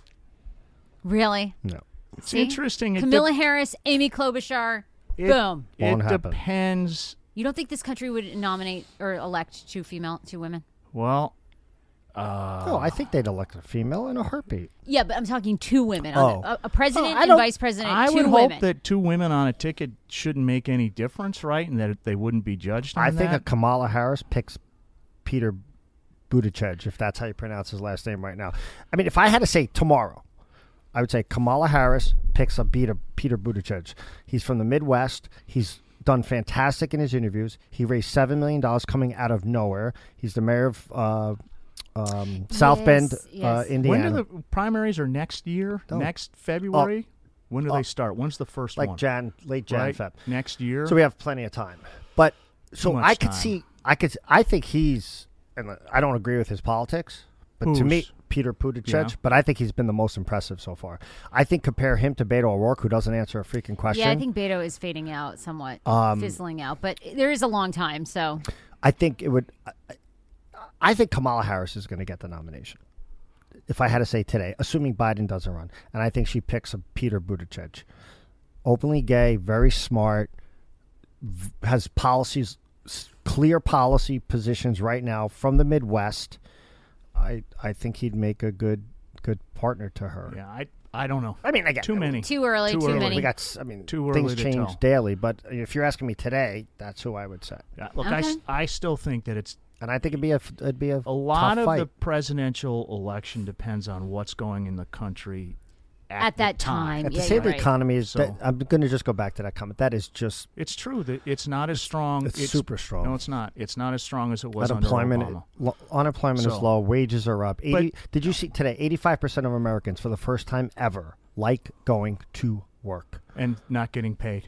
[SPEAKER 1] Really?
[SPEAKER 2] No.
[SPEAKER 3] It's interesting. It
[SPEAKER 1] Camilla
[SPEAKER 3] de-
[SPEAKER 1] Harris, Amy Klobuchar.
[SPEAKER 3] it-
[SPEAKER 1] boom.
[SPEAKER 3] It
[SPEAKER 2] Won't happen.
[SPEAKER 3] depends
[SPEAKER 1] You don't think this country would nominate or elect two female, two women?
[SPEAKER 3] Well, Uh,
[SPEAKER 2] oh, I think they'd elect a female in a heartbeat.
[SPEAKER 1] Yeah, but I'm talking two women. on
[SPEAKER 2] Oh.
[SPEAKER 1] the- a, a president
[SPEAKER 2] Oh, I
[SPEAKER 1] and
[SPEAKER 2] don't-
[SPEAKER 1] vice president.
[SPEAKER 3] I
[SPEAKER 1] two
[SPEAKER 3] would
[SPEAKER 1] women.
[SPEAKER 3] hope that two women on a ticket shouldn't make any difference, right? And that they wouldn't be judged on
[SPEAKER 2] I think a
[SPEAKER 3] that.
[SPEAKER 2] Kamala Harris picks Peter Buttigieg, if that's how you pronounce his last name right now. I mean, if I had to say tomorrow, I would say Kamala Harris picks a Peter, Peter Buttigieg. He's from the Midwest. He's done fantastic in his interviews. He raised $7 million coming out of nowhere. He's the mayor of uh, um, South
[SPEAKER 1] Yes,
[SPEAKER 2] Bend, Uh,
[SPEAKER 1] yes.
[SPEAKER 2] Indiana.
[SPEAKER 3] when do the primaries are next year?
[SPEAKER 2] Don't- Oh.
[SPEAKER 3] Next February? when do they start? When's the first
[SPEAKER 2] like
[SPEAKER 4] one?
[SPEAKER 2] Jan, late Jan
[SPEAKER 3] right?
[SPEAKER 2] Feb.
[SPEAKER 3] Next year?
[SPEAKER 2] So we have plenty of time. But so
[SPEAKER 3] much
[SPEAKER 2] I could
[SPEAKER 3] time.
[SPEAKER 2] see, I could, I think he's, and I don't agree with his politics, but to me,
[SPEAKER 3] Whose?
[SPEAKER 2] Peter Buttigieg.
[SPEAKER 3] Yeah.
[SPEAKER 2] But I think he's been the most impressive so far. I think compare him to Beto O'Rourke, who doesn't answer a freaking question.
[SPEAKER 1] Yeah, I think Beto is fading out somewhat,
[SPEAKER 2] Um,
[SPEAKER 1] fizzling out, but there is a long time. So
[SPEAKER 2] I think it would. I, I think Kamala Harris is going to get the nomination. If I had to say today, assuming Biden doesn't run, and I think she picks a Peter Buttigieg, openly gay, very smart, v- has policies, s- clear policy positions right now from the Midwest. I I think he'd make a good good partner to her.
[SPEAKER 3] yeah, I, I don't know.
[SPEAKER 2] I mean, I get
[SPEAKER 3] Too many.
[SPEAKER 1] too early,
[SPEAKER 3] Too
[SPEAKER 1] too,
[SPEAKER 3] early.
[SPEAKER 1] many.
[SPEAKER 2] We got. s- I mean,
[SPEAKER 3] Too
[SPEAKER 2] things
[SPEAKER 3] early to
[SPEAKER 2] change
[SPEAKER 3] tell.
[SPEAKER 2] daily, but if you're asking me today, that's who I would say.
[SPEAKER 3] Yeah, Look, I, s-
[SPEAKER 1] Okay.
[SPEAKER 3] I still think that it's
[SPEAKER 2] And I think it'd be a f- it'd be a,
[SPEAKER 3] a lot
[SPEAKER 2] tough
[SPEAKER 3] of
[SPEAKER 2] fight.
[SPEAKER 3] the presidential election depends on what's going in the country at,
[SPEAKER 1] at
[SPEAKER 3] the
[SPEAKER 1] that time.
[SPEAKER 2] At the
[SPEAKER 1] yeah,
[SPEAKER 2] same
[SPEAKER 1] you're right.
[SPEAKER 2] economy is.
[SPEAKER 3] So-
[SPEAKER 2] that, I'm going to just go back to that comment. That is just
[SPEAKER 3] It's true that it's not as strong.
[SPEAKER 2] It's super strong.
[SPEAKER 3] No, it's not. It's not as strong as it was under
[SPEAKER 2] unemployment.
[SPEAKER 3] Obama.
[SPEAKER 2] Lo, unemployment
[SPEAKER 3] So-
[SPEAKER 2] is low. Wages are up. 80,
[SPEAKER 3] But-
[SPEAKER 2] did you see today? 85 percent of Americans, for the first time ever, like going to work.
[SPEAKER 3] and not getting paid.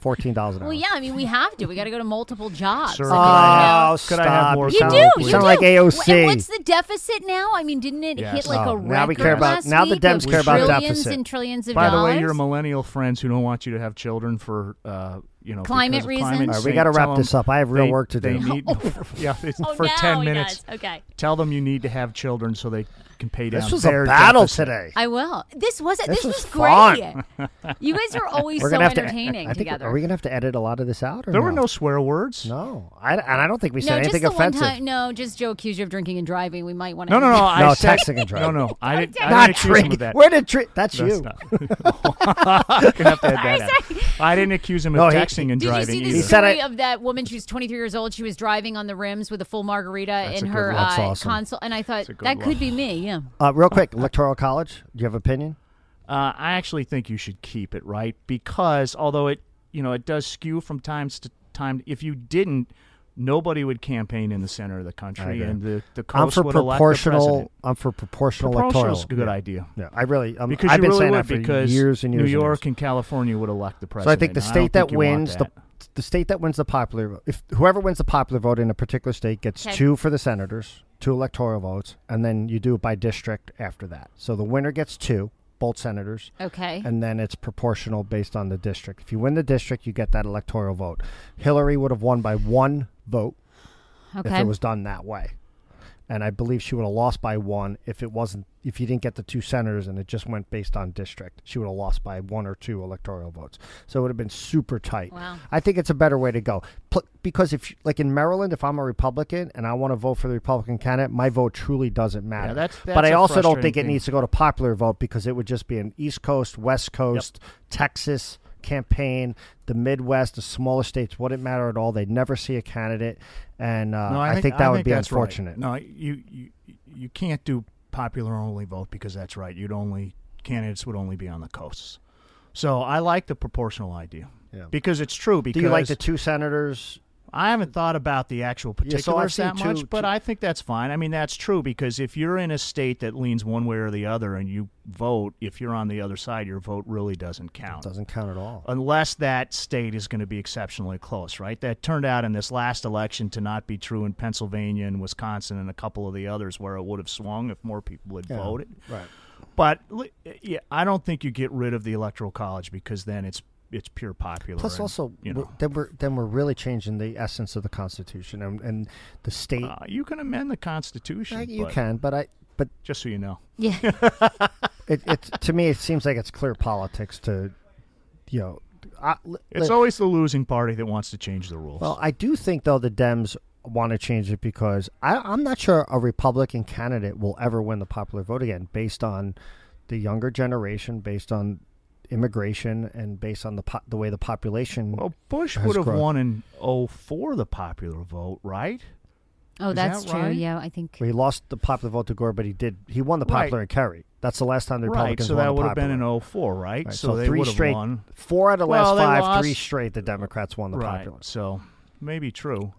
[SPEAKER 2] Fourteen dollars an hour.
[SPEAKER 1] Well, yeah, I mean, we have to. We got to go to multiple jobs.
[SPEAKER 3] Sir,
[SPEAKER 1] I
[SPEAKER 3] could
[SPEAKER 1] mean,
[SPEAKER 3] I
[SPEAKER 2] Oh,
[SPEAKER 3] have- could I have
[SPEAKER 2] stop.
[SPEAKER 3] more
[SPEAKER 1] you know.
[SPEAKER 3] sound
[SPEAKER 1] you do.
[SPEAKER 3] please?
[SPEAKER 1] You
[SPEAKER 2] Sound
[SPEAKER 1] do.
[SPEAKER 2] like
[SPEAKER 1] Wh- and
[SPEAKER 2] AOC.
[SPEAKER 1] What's the deficit now? I mean, didn't it
[SPEAKER 3] Yes.
[SPEAKER 1] hit like
[SPEAKER 2] Oh,
[SPEAKER 1] a record
[SPEAKER 2] now we care about-
[SPEAKER 1] last
[SPEAKER 2] now the
[SPEAKER 1] week
[SPEAKER 2] Dems
[SPEAKER 1] of
[SPEAKER 2] care about
[SPEAKER 1] trillions
[SPEAKER 2] deficit.
[SPEAKER 1] and trillions of
[SPEAKER 3] By the
[SPEAKER 1] dollars.
[SPEAKER 3] way, your millennial friends who don't want you to have children for uh, you know
[SPEAKER 1] Climate
[SPEAKER 3] because of climate
[SPEAKER 1] reasons. All
[SPEAKER 2] right, we
[SPEAKER 3] say-
[SPEAKER 2] gotta wrap
[SPEAKER 3] tell 'em
[SPEAKER 2] this up. I have real
[SPEAKER 3] they-
[SPEAKER 2] work to
[SPEAKER 3] they
[SPEAKER 1] [laughs]
[SPEAKER 2] do.
[SPEAKER 3] need- [laughs] yeah, it's
[SPEAKER 1] oh,
[SPEAKER 3] for
[SPEAKER 1] now
[SPEAKER 3] ten
[SPEAKER 1] he
[SPEAKER 3] minutes.
[SPEAKER 1] Does. Okay.
[SPEAKER 3] Tell them you need to have children so they can pay down.
[SPEAKER 2] This was
[SPEAKER 3] their
[SPEAKER 2] a battle
[SPEAKER 3] deficit.
[SPEAKER 2] today.
[SPEAKER 1] I will. This was this,
[SPEAKER 2] This
[SPEAKER 1] was,
[SPEAKER 2] was [laughs]
[SPEAKER 1] great. you guys are always so
[SPEAKER 2] gonna have to-
[SPEAKER 1] entertaining
[SPEAKER 2] I think-
[SPEAKER 1] together.
[SPEAKER 2] Are we going to have to edit a lot of this out? Or
[SPEAKER 3] There were no swear words.
[SPEAKER 2] No, I, and I don't think we said
[SPEAKER 1] no, just
[SPEAKER 2] anything
[SPEAKER 1] the
[SPEAKER 2] offensive.
[SPEAKER 1] one time. No, just Joe accused you of drinking and driving. We might want to.
[SPEAKER 3] no, no. no I
[SPEAKER 2] No,
[SPEAKER 3] said,
[SPEAKER 2] texting and driving.
[SPEAKER 3] No, no. I didn't. I
[SPEAKER 2] Not
[SPEAKER 3] didn't accuse him of
[SPEAKER 2] drinking.
[SPEAKER 3] that.
[SPEAKER 2] Where did tri- That's,
[SPEAKER 3] That's
[SPEAKER 2] you. [laughs]
[SPEAKER 3] not. [laughs] Gonna have to add that in. I didn't accuse him of
[SPEAKER 2] No, he-
[SPEAKER 3] texting and
[SPEAKER 1] Did you
[SPEAKER 3] driving
[SPEAKER 1] see
[SPEAKER 3] either.
[SPEAKER 1] the
[SPEAKER 2] He said
[SPEAKER 1] story
[SPEAKER 2] I-
[SPEAKER 1] of that woman? She was 23 years old. She was driving on the rims with a full margarita in
[SPEAKER 2] a
[SPEAKER 1] her
[SPEAKER 2] good- that's
[SPEAKER 1] uh,
[SPEAKER 2] awesome.
[SPEAKER 1] console, and I thought
[SPEAKER 3] a good
[SPEAKER 1] that
[SPEAKER 3] one.
[SPEAKER 1] could be me. Yeah.
[SPEAKER 2] Uh, real quick, electoral college. Do you have opinion?
[SPEAKER 3] Uh, I actually think you should keep it right because although it you know it does skew from time to time, if you didn't, nobody would campaign in the center of the country
[SPEAKER 2] agree.
[SPEAKER 3] and the the coast
[SPEAKER 2] I'm for
[SPEAKER 3] would elect the
[SPEAKER 2] proportional.
[SPEAKER 3] president.
[SPEAKER 2] I'm for proportional electoral.
[SPEAKER 3] Proportional's a good idea.
[SPEAKER 2] Yeah, I really. Um,
[SPEAKER 3] Because
[SPEAKER 2] I've
[SPEAKER 3] you
[SPEAKER 2] been
[SPEAKER 3] really
[SPEAKER 2] saying
[SPEAKER 3] would,
[SPEAKER 2] that for
[SPEAKER 3] because
[SPEAKER 2] years and years.
[SPEAKER 3] New
[SPEAKER 2] and
[SPEAKER 3] York
[SPEAKER 2] years.
[SPEAKER 3] and California would elect the
[SPEAKER 2] so
[SPEAKER 3] president.
[SPEAKER 2] I think the
[SPEAKER 3] and
[SPEAKER 2] state
[SPEAKER 3] don't
[SPEAKER 2] that
[SPEAKER 3] think you want
[SPEAKER 2] wins
[SPEAKER 3] that.
[SPEAKER 2] the the state that wins the popular vote- if whoever wins the popular vote in a particular state gets
[SPEAKER 1] Okay.
[SPEAKER 2] two for the senators, two electoral votes, and then you do it by district after that. So the winner gets two, both senators,
[SPEAKER 1] Okay.
[SPEAKER 2] and then it's proportional based on the district. If you win the district, you get that electoral vote. Hillary would have won by one vote if
[SPEAKER 1] okay.
[SPEAKER 2] it was done that way. And I believe she would have lost by one if it wasn't if you didn't get the two senators and it just went based on district. She would have lost by one or two electoral votes. So it would have been super tight.
[SPEAKER 1] Wow.
[SPEAKER 2] I think it's a better way to go Pl- because if like in Maryland, if I'm a Republican and I want to vote for the Republican candidate, my vote truly doesn't matter.
[SPEAKER 3] Yeah, that's-
[SPEAKER 2] but
[SPEAKER 3] that's
[SPEAKER 2] I
[SPEAKER 3] a
[SPEAKER 2] also don't
[SPEAKER 3] frustrating
[SPEAKER 2] think it
[SPEAKER 3] thing.
[SPEAKER 2] needs to go to popular vote because it would just be an East Coast, West Coast, Texas campaign, the Midwest, the smaller states wouldn't matter at all. They'd never see a candidate, and uh,
[SPEAKER 3] No,
[SPEAKER 2] I, think, that would be
[SPEAKER 3] that's right.
[SPEAKER 2] unfortunate.
[SPEAKER 3] No, you, you you can't do popular only vote because that's right. You'd only candidates would only be on the coasts. So I like the proportional idea
[SPEAKER 2] Yeah.
[SPEAKER 3] because it's true. Because
[SPEAKER 2] Do you like the two senators?
[SPEAKER 3] I haven't thought about the actual
[SPEAKER 2] Yeah, so I've
[SPEAKER 3] particulars that
[SPEAKER 2] seen
[SPEAKER 3] much,
[SPEAKER 2] two-
[SPEAKER 3] but
[SPEAKER 2] two-
[SPEAKER 3] I think that's fine. I mean, that's true because if you're in a state that leans one way or the other and you vote, if you're on the other side, your vote really doesn't count
[SPEAKER 2] Doesn't count at all.
[SPEAKER 3] unless that state is going to be exceptionally close, right? That turned out in this last election to not be true in Pennsylvania and Wisconsin and a couple of the others where it would have swung if more people had voted.
[SPEAKER 2] Right.
[SPEAKER 3] But li- yeah, I don't think you get rid of the electoral college because then it's it's pure popular.
[SPEAKER 2] Plus,
[SPEAKER 3] and,
[SPEAKER 2] also,
[SPEAKER 3] you
[SPEAKER 2] we're-
[SPEAKER 3] know,
[SPEAKER 2] then we're then we're really changing the essence of the Constitution and, and the state.
[SPEAKER 3] uh, you can amend the Constitution.
[SPEAKER 2] Uh, you
[SPEAKER 3] but-
[SPEAKER 2] can, but I but
[SPEAKER 3] just so you know.
[SPEAKER 1] yeah.
[SPEAKER 2] it, it to me it seems like it's clear politics to you know I,
[SPEAKER 3] It's always the losing party that wants to change the rules.
[SPEAKER 2] Well, I do think though the Dems want to change it because I, I'm not sure a Republican candidate will ever win the popular vote again, based on the younger generation, based on immigration, and based on the po- the way the population.
[SPEAKER 3] Well, Bush
[SPEAKER 2] has
[SPEAKER 3] would have
[SPEAKER 2] grown.
[SPEAKER 3] won in 04 the popular vote, right?
[SPEAKER 1] Oh,
[SPEAKER 3] Is
[SPEAKER 1] that's
[SPEAKER 3] that
[SPEAKER 1] true.
[SPEAKER 3] right?
[SPEAKER 1] Yeah, I think.
[SPEAKER 2] He lost the popular vote to Gore, but he did he won the
[SPEAKER 3] Right.
[SPEAKER 2] popular in Kerry. That's the last time the
[SPEAKER 3] Right,
[SPEAKER 2] Republicans
[SPEAKER 3] so
[SPEAKER 2] won
[SPEAKER 3] that
[SPEAKER 2] the
[SPEAKER 3] would have been
[SPEAKER 2] popular.
[SPEAKER 3] in 04, right?
[SPEAKER 2] Right,
[SPEAKER 3] So, they
[SPEAKER 2] three
[SPEAKER 3] would have
[SPEAKER 2] straight,
[SPEAKER 3] won.
[SPEAKER 2] four out of the last
[SPEAKER 3] Well, they
[SPEAKER 2] five, three
[SPEAKER 3] lost-
[SPEAKER 2] straight. The Democrats won the
[SPEAKER 3] right.
[SPEAKER 2] popular.
[SPEAKER 3] So maybe true.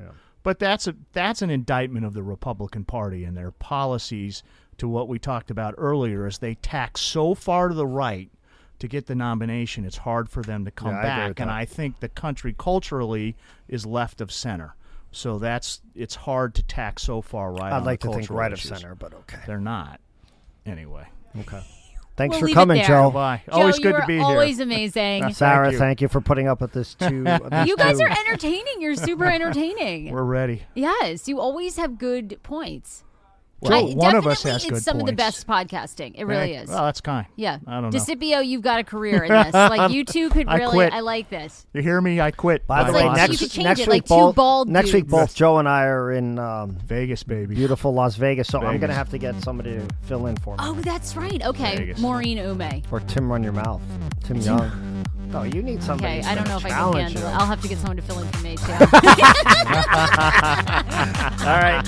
[SPEAKER 3] But that's a that's an indictment of the Republican Party and their policies to what we talked about earlier is they tack so far to the right to get the nomination it's hard for them to come
[SPEAKER 2] Yeah, I agree
[SPEAKER 3] back
[SPEAKER 2] with
[SPEAKER 3] and
[SPEAKER 2] that.
[SPEAKER 3] I think the country culturally is left of center. So that's it's hard to tack so far right on
[SPEAKER 2] I'd
[SPEAKER 3] the
[SPEAKER 2] like to think
[SPEAKER 3] cultural
[SPEAKER 2] right
[SPEAKER 3] issues.
[SPEAKER 2] of center, but okay.
[SPEAKER 3] They're not. Anyway.
[SPEAKER 2] Okay. Thanks
[SPEAKER 1] We'll
[SPEAKER 2] for
[SPEAKER 1] leave it
[SPEAKER 2] coming,
[SPEAKER 1] there.
[SPEAKER 2] Joe.
[SPEAKER 3] Bye.
[SPEAKER 1] Joe,
[SPEAKER 3] Always
[SPEAKER 1] you
[SPEAKER 3] good
[SPEAKER 1] are
[SPEAKER 3] to be
[SPEAKER 1] [laughs]
[SPEAKER 3] here.
[SPEAKER 1] Always amazing.
[SPEAKER 2] Sarah, thank
[SPEAKER 3] Thank
[SPEAKER 2] you.
[SPEAKER 3] you.
[SPEAKER 2] for putting up with this
[SPEAKER 3] [laughs]
[SPEAKER 2] too.
[SPEAKER 1] you guys are entertaining. You're super entertaining.
[SPEAKER 3] We're ready.
[SPEAKER 1] yes, you always have good points.
[SPEAKER 3] Well,
[SPEAKER 1] I-
[SPEAKER 3] one of us
[SPEAKER 1] definitely
[SPEAKER 3] has
[SPEAKER 1] it's
[SPEAKER 3] good
[SPEAKER 1] some of the
[SPEAKER 3] points.
[SPEAKER 1] best podcasting. It really is.
[SPEAKER 3] Well, that's kind.
[SPEAKER 1] yeah.
[SPEAKER 3] I don't know.
[SPEAKER 1] Discipio, you've got a career in this. Like you two could
[SPEAKER 3] I
[SPEAKER 1] really.
[SPEAKER 3] quit.
[SPEAKER 1] I like this.
[SPEAKER 3] You hear me? I quit.
[SPEAKER 2] By the
[SPEAKER 1] It's
[SPEAKER 2] way,
[SPEAKER 1] like you
[SPEAKER 2] next,
[SPEAKER 1] could change
[SPEAKER 2] next
[SPEAKER 1] it,
[SPEAKER 2] week
[SPEAKER 1] like two
[SPEAKER 2] both
[SPEAKER 1] bald
[SPEAKER 2] next week
[SPEAKER 1] dudes.
[SPEAKER 2] both Joe and I are in um,
[SPEAKER 3] Vegas, baby.
[SPEAKER 2] beautiful Las Vegas, so I'm
[SPEAKER 3] Vegas.
[SPEAKER 2] gonna have to get somebody to fill in for me
[SPEAKER 1] Oh, that's right. Okay,
[SPEAKER 3] Vegas.
[SPEAKER 1] Maureen Ume.
[SPEAKER 2] or Tim Run Your Mouth, Tim Young. No, you need somebody.
[SPEAKER 1] Okay, I don't know if I can
[SPEAKER 2] challenge
[SPEAKER 1] handle it.
[SPEAKER 2] you.
[SPEAKER 1] I'll have to get someone to fill in for me
[SPEAKER 2] [laughs]
[SPEAKER 1] too.
[SPEAKER 2] All right,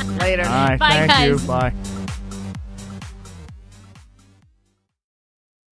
[SPEAKER 1] [laughs]
[SPEAKER 2] later.
[SPEAKER 3] All right.
[SPEAKER 1] Bye,
[SPEAKER 3] thank you.
[SPEAKER 1] guys.
[SPEAKER 3] Bye.